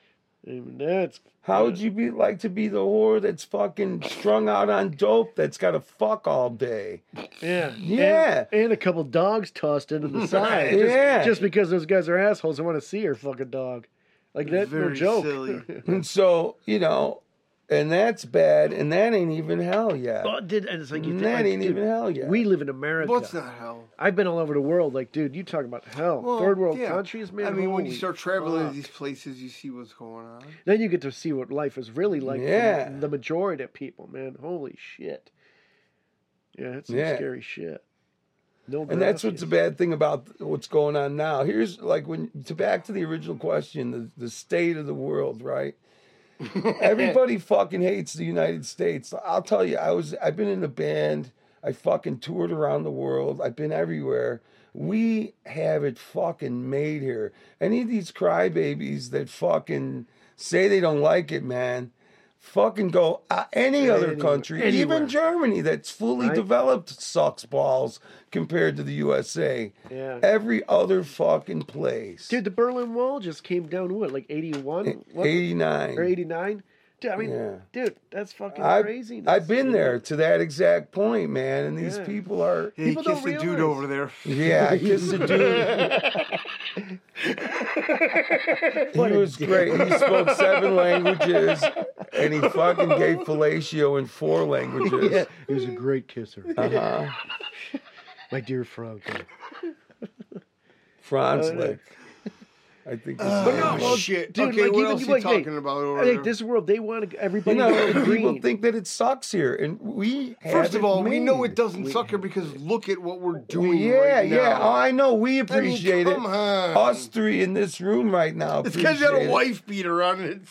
[SPEAKER 4] I mean, that's
[SPEAKER 2] How would you be like to be the whore that's fucking strung out on dope that's got to fuck all day?
[SPEAKER 4] yeah, And-
[SPEAKER 2] Yeah.
[SPEAKER 4] And, a couple dogs tossed into the side, just,
[SPEAKER 2] Yeah.
[SPEAKER 4] just because those guys are assholes and want to see your fucking dog. Like that, no
[SPEAKER 3] Very
[SPEAKER 4] joke.
[SPEAKER 3] silly.
[SPEAKER 2] And so, you know, and that's bad, and that ain't even hell yet.
[SPEAKER 4] Well, Oh, did and it's like you
[SPEAKER 2] And
[SPEAKER 4] think,
[SPEAKER 2] Uh, that
[SPEAKER 4] like,
[SPEAKER 2] ain't
[SPEAKER 4] dude,
[SPEAKER 2] even hell yet.
[SPEAKER 4] We live in America.
[SPEAKER 3] Well, it's not hell.
[SPEAKER 4] I've been all over the world. Like, dude, you talking about hell?
[SPEAKER 3] Well,
[SPEAKER 4] Third world
[SPEAKER 3] yeah.
[SPEAKER 4] countries, man.
[SPEAKER 3] I mean, when you
[SPEAKER 4] holy
[SPEAKER 3] start traveling to
[SPEAKER 4] fuck.
[SPEAKER 3] these places, you see what's going on.
[SPEAKER 4] then you get to see what life is really like.
[SPEAKER 2] Yeah.
[SPEAKER 4] Yeah. the majority of people, man. Holy shit. Yeah, that's some
[SPEAKER 2] Yeah.
[SPEAKER 4] scary shit. No,
[SPEAKER 2] And that's what's the
[SPEAKER 4] gracias.
[SPEAKER 2] bad thing about what's going on now. Here's like when to back to the original question, the, the state of the world, right? Everybody fucking hates the United States. I'll tell you, I was I've been in a band, I fucking toured around the world, I've been everywhere. We have it fucking made here. Any of these crybabies that fucking say they don't like it, man, fucking go uh, any other
[SPEAKER 4] Anywhere.
[SPEAKER 2] country,
[SPEAKER 4] Anywhere.
[SPEAKER 2] even Germany that's fully
[SPEAKER 4] Right.
[SPEAKER 2] developed sucks balls compared to the USA.
[SPEAKER 4] Yeah.
[SPEAKER 2] Every other fucking place.
[SPEAKER 4] dude. The Berlin Wall just came down. What, like eighty one or
[SPEAKER 2] 89.
[SPEAKER 4] eighty nine? Dude, I mean,
[SPEAKER 2] Yeah.
[SPEAKER 4] dude, that's fucking
[SPEAKER 2] I've,
[SPEAKER 4] crazy.
[SPEAKER 2] I've been there to that exact point, man. And these
[SPEAKER 4] Yeah.
[SPEAKER 2] people are.
[SPEAKER 3] Hey,
[SPEAKER 4] People
[SPEAKER 3] kiss
[SPEAKER 4] don't
[SPEAKER 3] the dude
[SPEAKER 4] realize.
[SPEAKER 3] over there.
[SPEAKER 2] Yeah, I kissed a dude. he was great. He spoke seven languages and he fucking gave fellatio in four languages.
[SPEAKER 4] Yeah, he was a great kisser,
[SPEAKER 2] Uh-huh.
[SPEAKER 4] my dear Franco.
[SPEAKER 2] Franz
[SPEAKER 4] Oh, no.
[SPEAKER 2] Lick. I think. he's
[SPEAKER 3] Uh, But no,
[SPEAKER 2] German.
[SPEAKER 3] well, shit.
[SPEAKER 4] dude,
[SPEAKER 3] okay,
[SPEAKER 4] like,
[SPEAKER 3] what
[SPEAKER 4] even
[SPEAKER 3] else
[SPEAKER 4] you-
[SPEAKER 3] you
[SPEAKER 4] like, hey,
[SPEAKER 3] talking about over
[SPEAKER 4] I
[SPEAKER 3] there?
[SPEAKER 4] think this world they want
[SPEAKER 2] You
[SPEAKER 4] everybody
[SPEAKER 2] know,
[SPEAKER 4] to
[SPEAKER 2] and
[SPEAKER 4] agree.
[SPEAKER 2] people think that it sucks here, and we have
[SPEAKER 3] First of
[SPEAKER 2] it
[SPEAKER 3] all, we know
[SPEAKER 2] made.
[SPEAKER 3] it doesn't suck her because look at what we're doing
[SPEAKER 2] Yeah,
[SPEAKER 3] right now.
[SPEAKER 2] yeah. Oh,
[SPEAKER 3] I
[SPEAKER 2] I know. We appreciate
[SPEAKER 3] mean, come
[SPEAKER 2] it.
[SPEAKER 3] on.
[SPEAKER 2] Us three in this room right now.
[SPEAKER 3] It's because you had
[SPEAKER 2] appreciate it.
[SPEAKER 3] a wife beater on and it's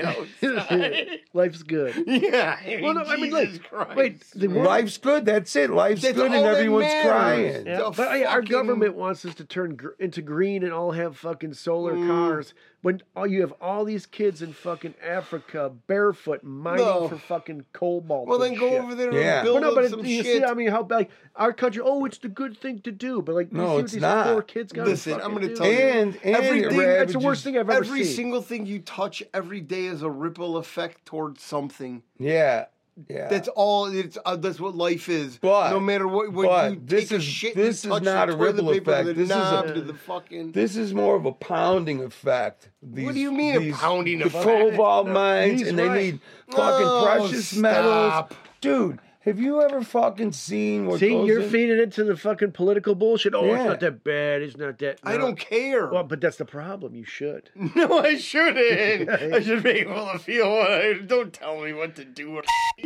[SPEAKER 3] outside.
[SPEAKER 4] Life's good.
[SPEAKER 3] yeah. I mean,
[SPEAKER 4] Well, no, I mean,
[SPEAKER 3] Jesus
[SPEAKER 4] like,
[SPEAKER 3] Christ.
[SPEAKER 4] wait, the world,
[SPEAKER 2] Life's good. That's it. Life's
[SPEAKER 3] That's
[SPEAKER 2] good, and
[SPEAKER 3] all that
[SPEAKER 2] everyone's
[SPEAKER 3] matters.
[SPEAKER 2] crying.
[SPEAKER 4] Yeah,
[SPEAKER 3] The
[SPEAKER 4] but hey, our
[SPEAKER 3] fucking-
[SPEAKER 4] government wants us to turn gr- into green and all have fucking solar
[SPEAKER 3] Mm.
[SPEAKER 4] cars. When all you have all these kids in fucking Africa barefoot mining
[SPEAKER 3] No.
[SPEAKER 4] for fucking cobalt.
[SPEAKER 3] Well,
[SPEAKER 4] and
[SPEAKER 3] then go
[SPEAKER 4] shit.
[SPEAKER 3] over there
[SPEAKER 2] Yeah.
[SPEAKER 3] and build
[SPEAKER 4] Well, no, but
[SPEAKER 3] up
[SPEAKER 4] it,
[SPEAKER 3] some
[SPEAKER 4] you
[SPEAKER 3] shit.
[SPEAKER 4] see, I mean, how like our country? Oh, it's the good thing to do, but like, you
[SPEAKER 2] No,
[SPEAKER 4] see what
[SPEAKER 2] it's
[SPEAKER 4] these
[SPEAKER 2] not.
[SPEAKER 4] poor kids got.
[SPEAKER 3] Listen, I'm gonna
[SPEAKER 4] to
[SPEAKER 3] tell you,
[SPEAKER 2] And and
[SPEAKER 3] Everything-
[SPEAKER 2] it
[SPEAKER 4] That's the
[SPEAKER 2] ravages-
[SPEAKER 4] worst thing I've ever
[SPEAKER 3] every
[SPEAKER 4] seen.
[SPEAKER 3] single thing you touch every day is a ripple effect towards something.
[SPEAKER 2] Yeah, yeah.
[SPEAKER 3] That's all. It's uh, that's what life is.
[SPEAKER 2] But-
[SPEAKER 3] no matter what, when
[SPEAKER 2] but
[SPEAKER 3] you
[SPEAKER 2] this
[SPEAKER 3] take a
[SPEAKER 2] is-
[SPEAKER 3] shit,
[SPEAKER 2] this
[SPEAKER 3] you
[SPEAKER 2] is
[SPEAKER 3] touch
[SPEAKER 2] not
[SPEAKER 3] the
[SPEAKER 2] a
[SPEAKER 3] toilet
[SPEAKER 2] ripple
[SPEAKER 3] paper,
[SPEAKER 2] effect.
[SPEAKER 3] The
[SPEAKER 2] This is a-
[SPEAKER 3] knob to the fucking.
[SPEAKER 2] this is more of a pounding effect. These-
[SPEAKER 3] do you mean a
[SPEAKER 2] these-
[SPEAKER 3] pounding
[SPEAKER 2] the
[SPEAKER 3] effect?
[SPEAKER 2] Cobalt mines,
[SPEAKER 4] He's
[SPEAKER 2] and they
[SPEAKER 4] right.
[SPEAKER 2] need fucking
[SPEAKER 3] Oh,
[SPEAKER 2] precious metals,
[SPEAKER 3] stop.
[SPEAKER 2] dude. Have you ever fucking seen what
[SPEAKER 4] See,
[SPEAKER 2] goes
[SPEAKER 4] you're
[SPEAKER 2] in-
[SPEAKER 4] feeding into the fucking political bullshit. Oh, it's
[SPEAKER 2] Yeah.
[SPEAKER 4] not that bad. It's not that.
[SPEAKER 3] I
[SPEAKER 4] no.
[SPEAKER 3] don't care.
[SPEAKER 4] Well, but that's the problem. You should.
[SPEAKER 3] No, I shouldn't. I should be able to feel it. Don't tell me what to do.
[SPEAKER 4] You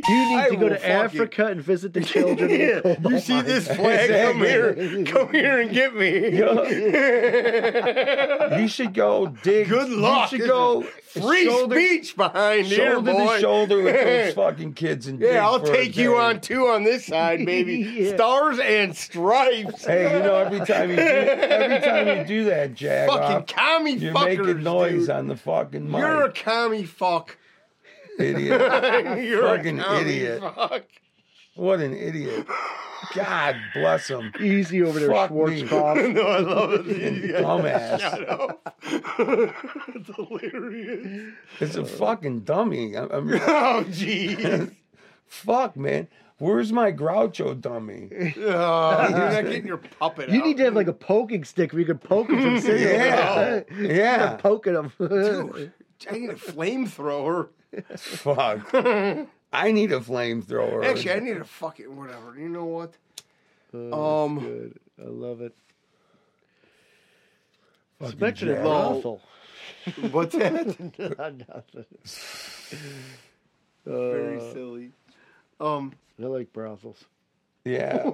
[SPEAKER 4] need
[SPEAKER 3] I
[SPEAKER 4] to go
[SPEAKER 3] will
[SPEAKER 4] to
[SPEAKER 3] fucking-
[SPEAKER 4] Africa and visit the children. Oh in the
[SPEAKER 3] Yeah,
[SPEAKER 4] coal
[SPEAKER 2] Oh
[SPEAKER 3] you
[SPEAKER 4] mine.
[SPEAKER 3] see this flag? Come here, come here and get me.
[SPEAKER 2] You should go dig.
[SPEAKER 3] Good luck.
[SPEAKER 2] You should go
[SPEAKER 3] Free
[SPEAKER 2] shoulder,
[SPEAKER 3] speech behind here,
[SPEAKER 2] shoulder
[SPEAKER 3] boy.
[SPEAKER 2] to shoulder with those fucking kids and dig
[SPEAKER 3] yeah, I'll
[SPEAKER 2] for a
[SPEAKER 3] take you
[SPEAKER 2] day.
[SPEAKER 3] on two on this side, baby.
[SPEAKER 4] Yeah.
[SPEAKER 3] Stars and stripes.
[SPEAKER 2] Hey, you know every time you do, every time you do that, Jag,
[SPEAKER 3] fucking commie
[SPEAKER 2] you're
[SPEAKER 3] fuckers.
[SPEAKER 2] making noise
[SPEAKER 3] dude.
[SPEAKER 2] on the fucking mic,
[SPEAKER 3] You're a commie fuck.
[SPEAKER 2] idiot.
[SPEAKER 3] You're
[SPEAKER 2] Fucking
[SPEAKER 3] a commie
[SPEAKER 2] idiot.
[SPEAKER 3] Fuck.
[SPEAKER 2] What an idiot! God bless him,
[SPEAKER 4] Easy over there,
[SPEAKER 2] Fuck me.
[SPEAKER 4] Schwarzkopf.
[SPEAKER 3] no, I love it. You guys
[SPEAKER 2] dumbass.
[SPEAKER 3] Shut up. it's hilarious.
[SPEAKER 2] It's a fucking dummy. I'm, I'm-
[SPEAKER 3] Oh, jeez.
[SPEAKER 2] fuck, man. Where's my Groucho dummy?
[SPEAKER 3] Oh, you're not getting your puppet
[SPEAKER 4] You
[SPEAKER 3] out.
[SPEAKER 4] need to have like a poking stick where you can poke him from sitting
[SPEAKER 2] Yeah,
[SPEAKER 4] there.
[SPEAKER 2] yeah.
[SPEAKER 4] Poking him.
[SPEAKER 3] Oh. Dude, I need a flamethrower.
[SPEAKER 2] Fuck. I need a flamethrower.
[SPEAKER 3] Actually, I need a fucking whatever. You know what?
[SPEAKER 4] Oh,
[SPEAKER 3] Um,
[SPEAKER 4] Good. I love it.
[SPEAKER 2] Fucking
[SPEAKER 4] Mention it.
[SPEAKER 2] Jag.
[SPEAKER 3] Lol.
[SPEAKER 4] Awful.
[SPEAKER 3] what's that?
[SPEAKER 4] Not nothing.
[SPEAKER 3] Very
[SPEAKER 4] Uh,
[SPEAKER 3] silly. Um,
[SPEAKER 4] I like brothels.
[SPEAKER 2] Yeah.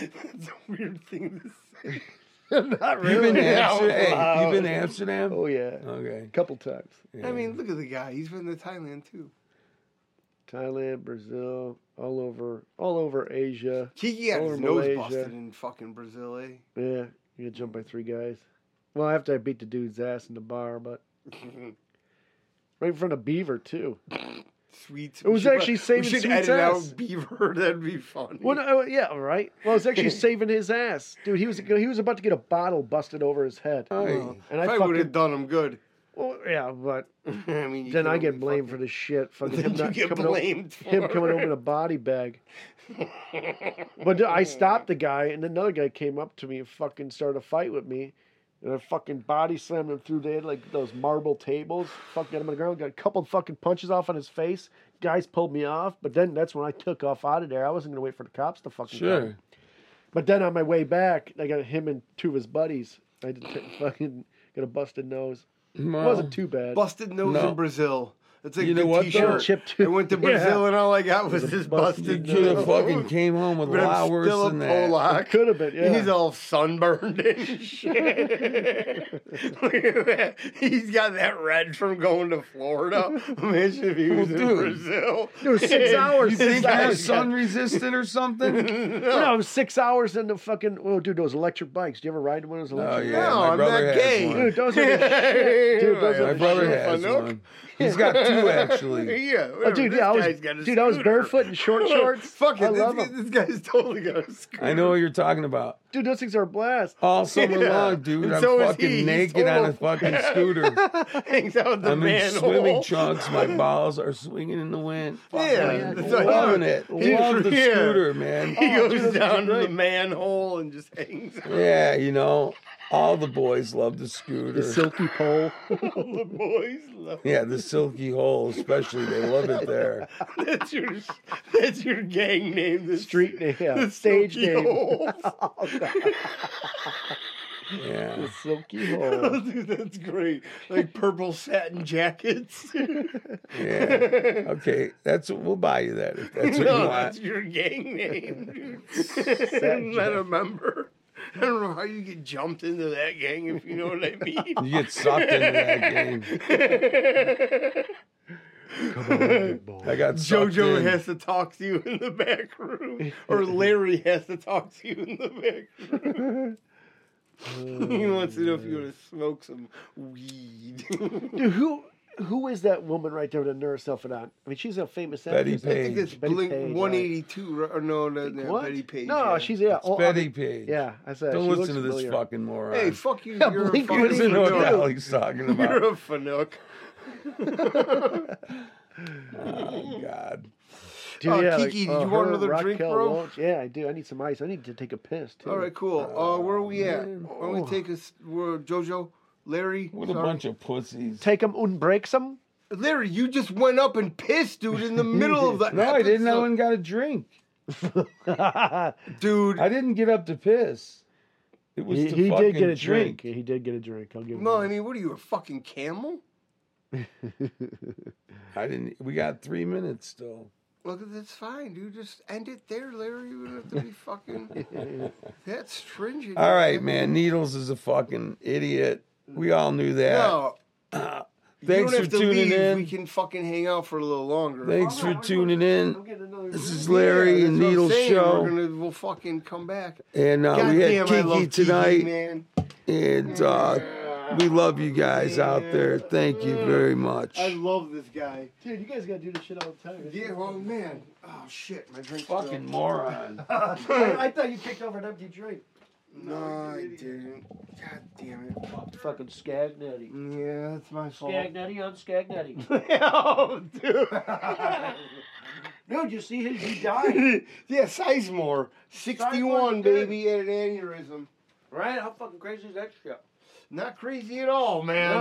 [SPEAKER 3] that's a weird thing to say.
[SPEAKER 4] Not
[SPEAKER 2] You've been to Amsterdam.
[SPEAKER 3] Yeah,
[SPEAKER 2] Hey,
[SPEAKER 3] wow.
[SPEAKER 2] you've been to Amsterdam.
[SPEAKER 4] Oh yeah,
[SPEAKER 2] Okay.
[SPEAKER 4] couple times.
[SPEAKER 2] Yeah.
[SPEAKER 3] I mean, look at the guy. He's been to Thailand too.
[SPEAKER 4] Thailand, Brazil, all over, all over Asia.
[SPEAKER 3] Kiki got
[SPEAKER 4] Or
[SPEAKER 3] his
[SPEAKER 4] Malaysia.
[SPEAKER 3] nose busted in fucking Brazil, eh?
[SPEAKER 4] Yeah, you get jumped by three guys. Well, after I beat the dude's ass in the bar, but right in front of Beaver too.
[SPEAKER 3] Sweet.
[SPEAKER 4] It was
[SPEAKER 3] We should-
[SPEAKER 4] actually saving
[SPEAKER 3] We should
[SPEAKER 4] Sweet's
[SPEAKER 3] edit
[SPEAKER 4] ass.
[SPEAKER 3] out Beaver. That'd be funny.
[SPEAKER 4] Well, no, oh, yeah, all right. Well, it's actually saving his ass, dude. He was he was about to get a bottle busted over his head,
[SPEAKER 2] Hey.
[SPEAKER 4] and
[SPEAKER 3] Oh. if
[SPEAKER 4] I
[SPEAKER 3] I would have
[SPEAKER 4] fucking
[SPEAKER 3] done him good.
[SPEAKER 4] well, yeah, but
[SPEAKER 3] I mean, you
[SPEAKER 4] then
[SPEAKER 3] can
[SPEAKER 4] I get
[SPEAKER 3] only
[SPEAKER 4] blamed for
[SPEAKER 3] fucking-
[SPEAKER 4] the shit. Fucking him
[SPEAKER 3] Then
[SPEAKER 4] not
[SPEAKER 3] you get
[SPEAKER 4] coming over-
[SPEAKER 3] blamed for
[SPEAKER 4] him coming over
[SPEAKER 3] it.
[SPEAKER 4] in a body bag. but dude, I stopped the guy, and another guy came up to me and fucking started a fight with me. And I fucking body slammed him through the like those marble tables. Fucking got him on the ground. Got a couple fucking punches off on his face. Guys pulled me off, but then that's when I took off out of there. I wasn't gonna wait for the cops to fucking come.
[SPEAKER 2] Sure.
[SPEAKER 4] But then on my way back, I got him and two of his buddies. I had to take- fucking got a busted nose. It
[SPEAKER 2] Well,
[SPEAKER 4] wasn't too bad.
[SPEAKER 3] busted nose
[SPEAKER 2] No.
[SPEAKER 3] in Brazil. It's like
[SPEAKER 2] You know
[SPEAKER 3] the
[SPEAKER 2] what, though?
[SPEAKER 3] T-shirt.
[SPEAKER 4] Chip
[SPEAKER 3] I
[SPEAKER 4] tooth.
[SPEAKER 3] went to
[SPEAKER 4] Yeah.
[SPEAKER 3] Brazil and all I got was this
[SPEAKER 2] you could
[SPEAKER 3] busted nose.
[SPEAKER 2] have fucking came home with a
[SPEAKER 3] but
[SPEAKER 2] lot
[SPEAKER 3] I'm
[SPEAKER 2] worse
[SPEAKER 3] still a
[SPEAKER 2] than that.
[SPEAKER 3] Polak.
[SPEAKER 4] Could have been, yeah.
[SPEAKER 3] He's all sunburned and shit. Look at that. He's got that red from going to Florida. Imagine if he was in
[SPEAKER 2] dude.
[SPEAKER 3] Brazil.
[SPEAKER 4] It was six hours.
[SPEAKER 2] You think
[SPEAKER 4] Six
[SPEAKER 2] you're
[SPEAKER 4] hours.
[SPEAKER 2] sun resistant or something?
[SPEAKER 4] No, it was six hours in the fucking. Oh, dude, those electric bikes. Do you ever ride one of those
[SPEAKER 2] Oh
[SPEAKER 4] electric?
[SPEAKER 2] yeah,
[SPEAKER 3] No,
[SPEAKER 2] my
[SPEAKER 3] I'm
[SPEAKER 2] brother
[SPEAKER 3] not
[SPEAKER 2] has
[SPEAKER 3] gay.
[SPEAKER 2] one.
[SPEAKER 4] Dude, those are. the- Dude, those are
[SPEAKER 2] my
[SPEAKER 4] the
[SPEAKER 2] brother
[SPEAKER 4] shit.
[SPEAKER 2] has
[SPEAKER 3] Fanuc?
[SPEAKER 2] one. He's got two actually.
[SPEAKER 3] Yeah,
[SPEAKER 4] Oh, dude, yeah, I was, dude, I was barefoot in short shorts.
[SPEAKER 3] Fuck
[SPEAKER 4] I
[SPEAKER 3] it,
[SPEAKER 4] love
[SPEAKER 3] this, this
[SPEAKER 4] 'em.
[SPEAKER 3] guy's totally got a scooter.
[SPEAKER 2] I know what you're talking about.
[SPEAKER 4] Dude, those things are a blast.
[SPEAKER 2] All summer
[SPEAKER 3] Yeah.
[SPEAKER 2] long, dude.
[SPEAKER 3] And
[SPEAKER 2] I'm
[SPEAKER 3] so is
[SPEAKER 2] fucking
[SPEAKER 3] he. He's
[SPEAKER 2] naked on a
[SPEAKER 3] total-
[SPEAKER 2] fucking scooter.
[SPEAKER 3] Hangs out with the
[SPEAKER 2] I'm in
[SPEAKER 3] manhole.
[SPEAKER 2] swimming trunks. My balls are swinging in the wind.
[SPEAKER 3] Yeah,
[SPEAKER 2] Fucking
[SPEAKER 3] that's what-
[SPEAKER 2] loving it.
[SPEAKER 3] Dude,
[SPEAKER 2] Love the
[SPEAKER 3] yeah.
[SPEAKER 2] scooter, man.
[SPEAKER 3] He
[SPEAKER 4] Oh, dude,
[SPEAKER 3] goes
[SPEAKER 4] those are
[SPEAKER 3] down to the
[SPEAKER 4] great.
[SPEAKER 3] manhole and just hangs out
[SPEAKER 2] Yeah, you know, all the boys love the scooter.
[SPEAKER 4] The silky pole.
[SPEAKER 3] with the boys. Love
[SPEAKER 2] yeah, the silky hole, especially. They love it there.
[SPEAKER 3] That's your that's your gang name. The
[SPEAKER 4] Street name, yeah.
[SPEAKER 3] the
[SPEAKER 4] Stage
[SPEAKER 3] Silky
[SPEAKER 4] name.
[SPEAKER 3] Holes.
[SPEAKER 2] Yeah.
[SPEAKER 4] the silky hole.
[SPEAKER 3] Dude, that's great. Like purple satin jackets.
[SPEAKER 2] Yeah. Okay, that's what we'll buy you that if that's what you
[SPEAKER 3] no,
[SPEAKER 2] want.
[SPEAKER 3] that's your gang name.
[SPEAKER 4] Satin
[SPEAKER 3] dude. I remember. I don't know how you get jumped into that gang if you know what I mean.
[SPEAKER 2] You get sucked into that game. I got sucked
[SPEAKER 3] Jojo
[SPEAKER 2] in.
[SPEAKER 3] has to talk to you in the back room, or Larry has to talk to you in the back room. he wants to know if you want to smoke some weed.
[SPEAKER 4] Dude, who who is that woman right there with a nurse outfit on? I mean, she's a famous
[SPEAKER 2] Betty
[SPEAKER 4] actress.
[SPEAKER 3] I think
[SPEAKER 2] Page.
[SPEAKER 3] that's
[SPEAKER 4] Betty
[SPEAKER 3] Blink
[SPEAKER 4] Page,
[SPEAKER 3] 182, right? or no, no, no
[SPEAKER 4] What?
[SPEAKER 3] Betty Page.
[SPEAKER 4] No,
[SPEAKER 3] yeah.
[SPEAKER 4] she's yeah. oh, I
[SPEAKER 2] Betty
[SPEAKER 4] mean-
[SPEAKER 2] Page.
[SPEAKER 4] Yeah, I said.
[SPEAKER 2] Don't
[SPEAKER 4] she
[SPEAKER 2] looks listen to
[SPEAKER 4] looks
[SPEAKER 2] this
[SPEAKER 4] familiar.
[SPEAKER 2] fucking moron.
[SPEAKER 3] Hey, fuck you!
[SPEAKER 4] Yeah,
[SPEAKER 3] you're
[SPEAKER 4] Blink
[SPEAKER 3] a
[SPEAKER 2] he
[SPEAKER 3] fucking
[SPEAKER 2] doesn't know what the
[SPEAKER 3] fanook.
[SPEAKER 2] hell he's talking
[SPEAKER 3] You're
[SPEAKER 2] about.
[SPEAKER 3] a fanook.
[SPEAKER 2] Oh, God.
[SPEAKER 4] Dude,
[SPEAKER 3] Oh,
[SPEAKER 4] yeah,
[SPEAKER 3] Kiki,
[SPEAKER 4] like,
[SPEAKER 3] did
[SPEAKER 4] uh,
[SPEAKER 3] you want
[SPEAKER 4] her,
[SPEAKER 3] another drink,
[SPEAKER 4] Raquel
[SPEAKER 3] bro?
[SPEAKER 4] Welch. Yeah, I do. I need some ice. I need to take a piss too.
[SPEAKER 3] All right, cool. Uh, where are we at?
[SPEAKER 2] man.
[SPEAKER 3] Why don't we take us? We're Jojo, Larry.
[SPEAKER 2] What a bunch of pussies.
[SPEAKER 4] Take them and break them.
[SPEAKER 3] Larry, you just went up and pissed, dude, in the middle of the
[SPEAKER 2] No, I didn't. I
[SPEAKER 3] episode.
[SPEAKER 2] went and got a drink.
[SPEAKER 3] Dude,
[SPEAKER 2] I didn't get up to piss. It was
[SPEAKER 4] He,
[SPEAKER 2] to
[SPEAKER 4] he
[SPEAKER 2] fucking
[SPEAKER 4] did get a drink. He did get a drink. I'll give him.
[SPEAKER 3] no, I
[SPEAKER 4] that.
[SPEAKER 3] mean, what are you, a fucking camel?
[SPEAKER 2] I didn't. We got three minutes still.
[SPEAKER 3] Look, that's fine, dude. Just end it there, Larry. You don't have to be fucking that stringent.
[SPEAKER 2] All right, man. Needles is a fucking idiot. We all knew that.
[SPEAKER 3] No, you
[SPEAKER 2] Thanks
[SPEAKER 3] don't
[SPEAKER 2] for
[SPEAKER 3] have to
[SPEAKER 2] tuning
[SPEAKER 3] leave.
[SPEAKER 2] in.
[SPEAKER 3] We can fucking hang out for a little longer.
[SPEAKER 2] Thanks for tuning in. This is Larry
[SPEAKER 3] Yeah, that's
[SPEAKER 2] and
[SPEAKER 3] what I'm
[SPEAKER 2] Needles
[SPEAKER 3] saying.
[SPEAKER 2] show,
[SPEAKER 3] We're gonna, we'll fucking come back.
[SPEAKER 2] and uh, we
[SPEAKER 3] Goddamn,
[SPEAKER 2] had
[SPEAKER 3] I love
[SPEAKER 2] Kiki
[SPEAKER 3] Kiki,
[SPEAKER 2] tonight,
[SPEAKER 3] man.
[SPEAKER 2] and uh, we love you guys out there. Thank you very much.
[SPEAKER 3] I love this guy.
[SPEAKER 4] dude, you guys gotta do this shit all the time.
[SPEAKER 3] Yeah, well, man. Oh shit, my drink's
[SPEAKER 2] Fucking moron.
[SPEAKER 4] I, I thought you picked over an empty drink.
[SPEAKER 3] gone. No, I didn't. God damn it.
[SPEAKER 4] Fucking Scagnetty.
[SPEAKER 3] Yeah, that's my fault.
[SPEAKER 4] Scagnetty on Scagnetty.
[SPEAKER 3] oh, dude.
[SPEAKER 4] Dude, you see his? He died.
[SPEAKER 3] yeah, Sizemore. 61,
[SPEAKER 4] Sizemore's good.
[SPEAKER 3] baby, had an aneurysm.
[SPEAKER 4] Right? How fucking crazy is that shit?
[SPEAKER 3] Not crazy at all, man.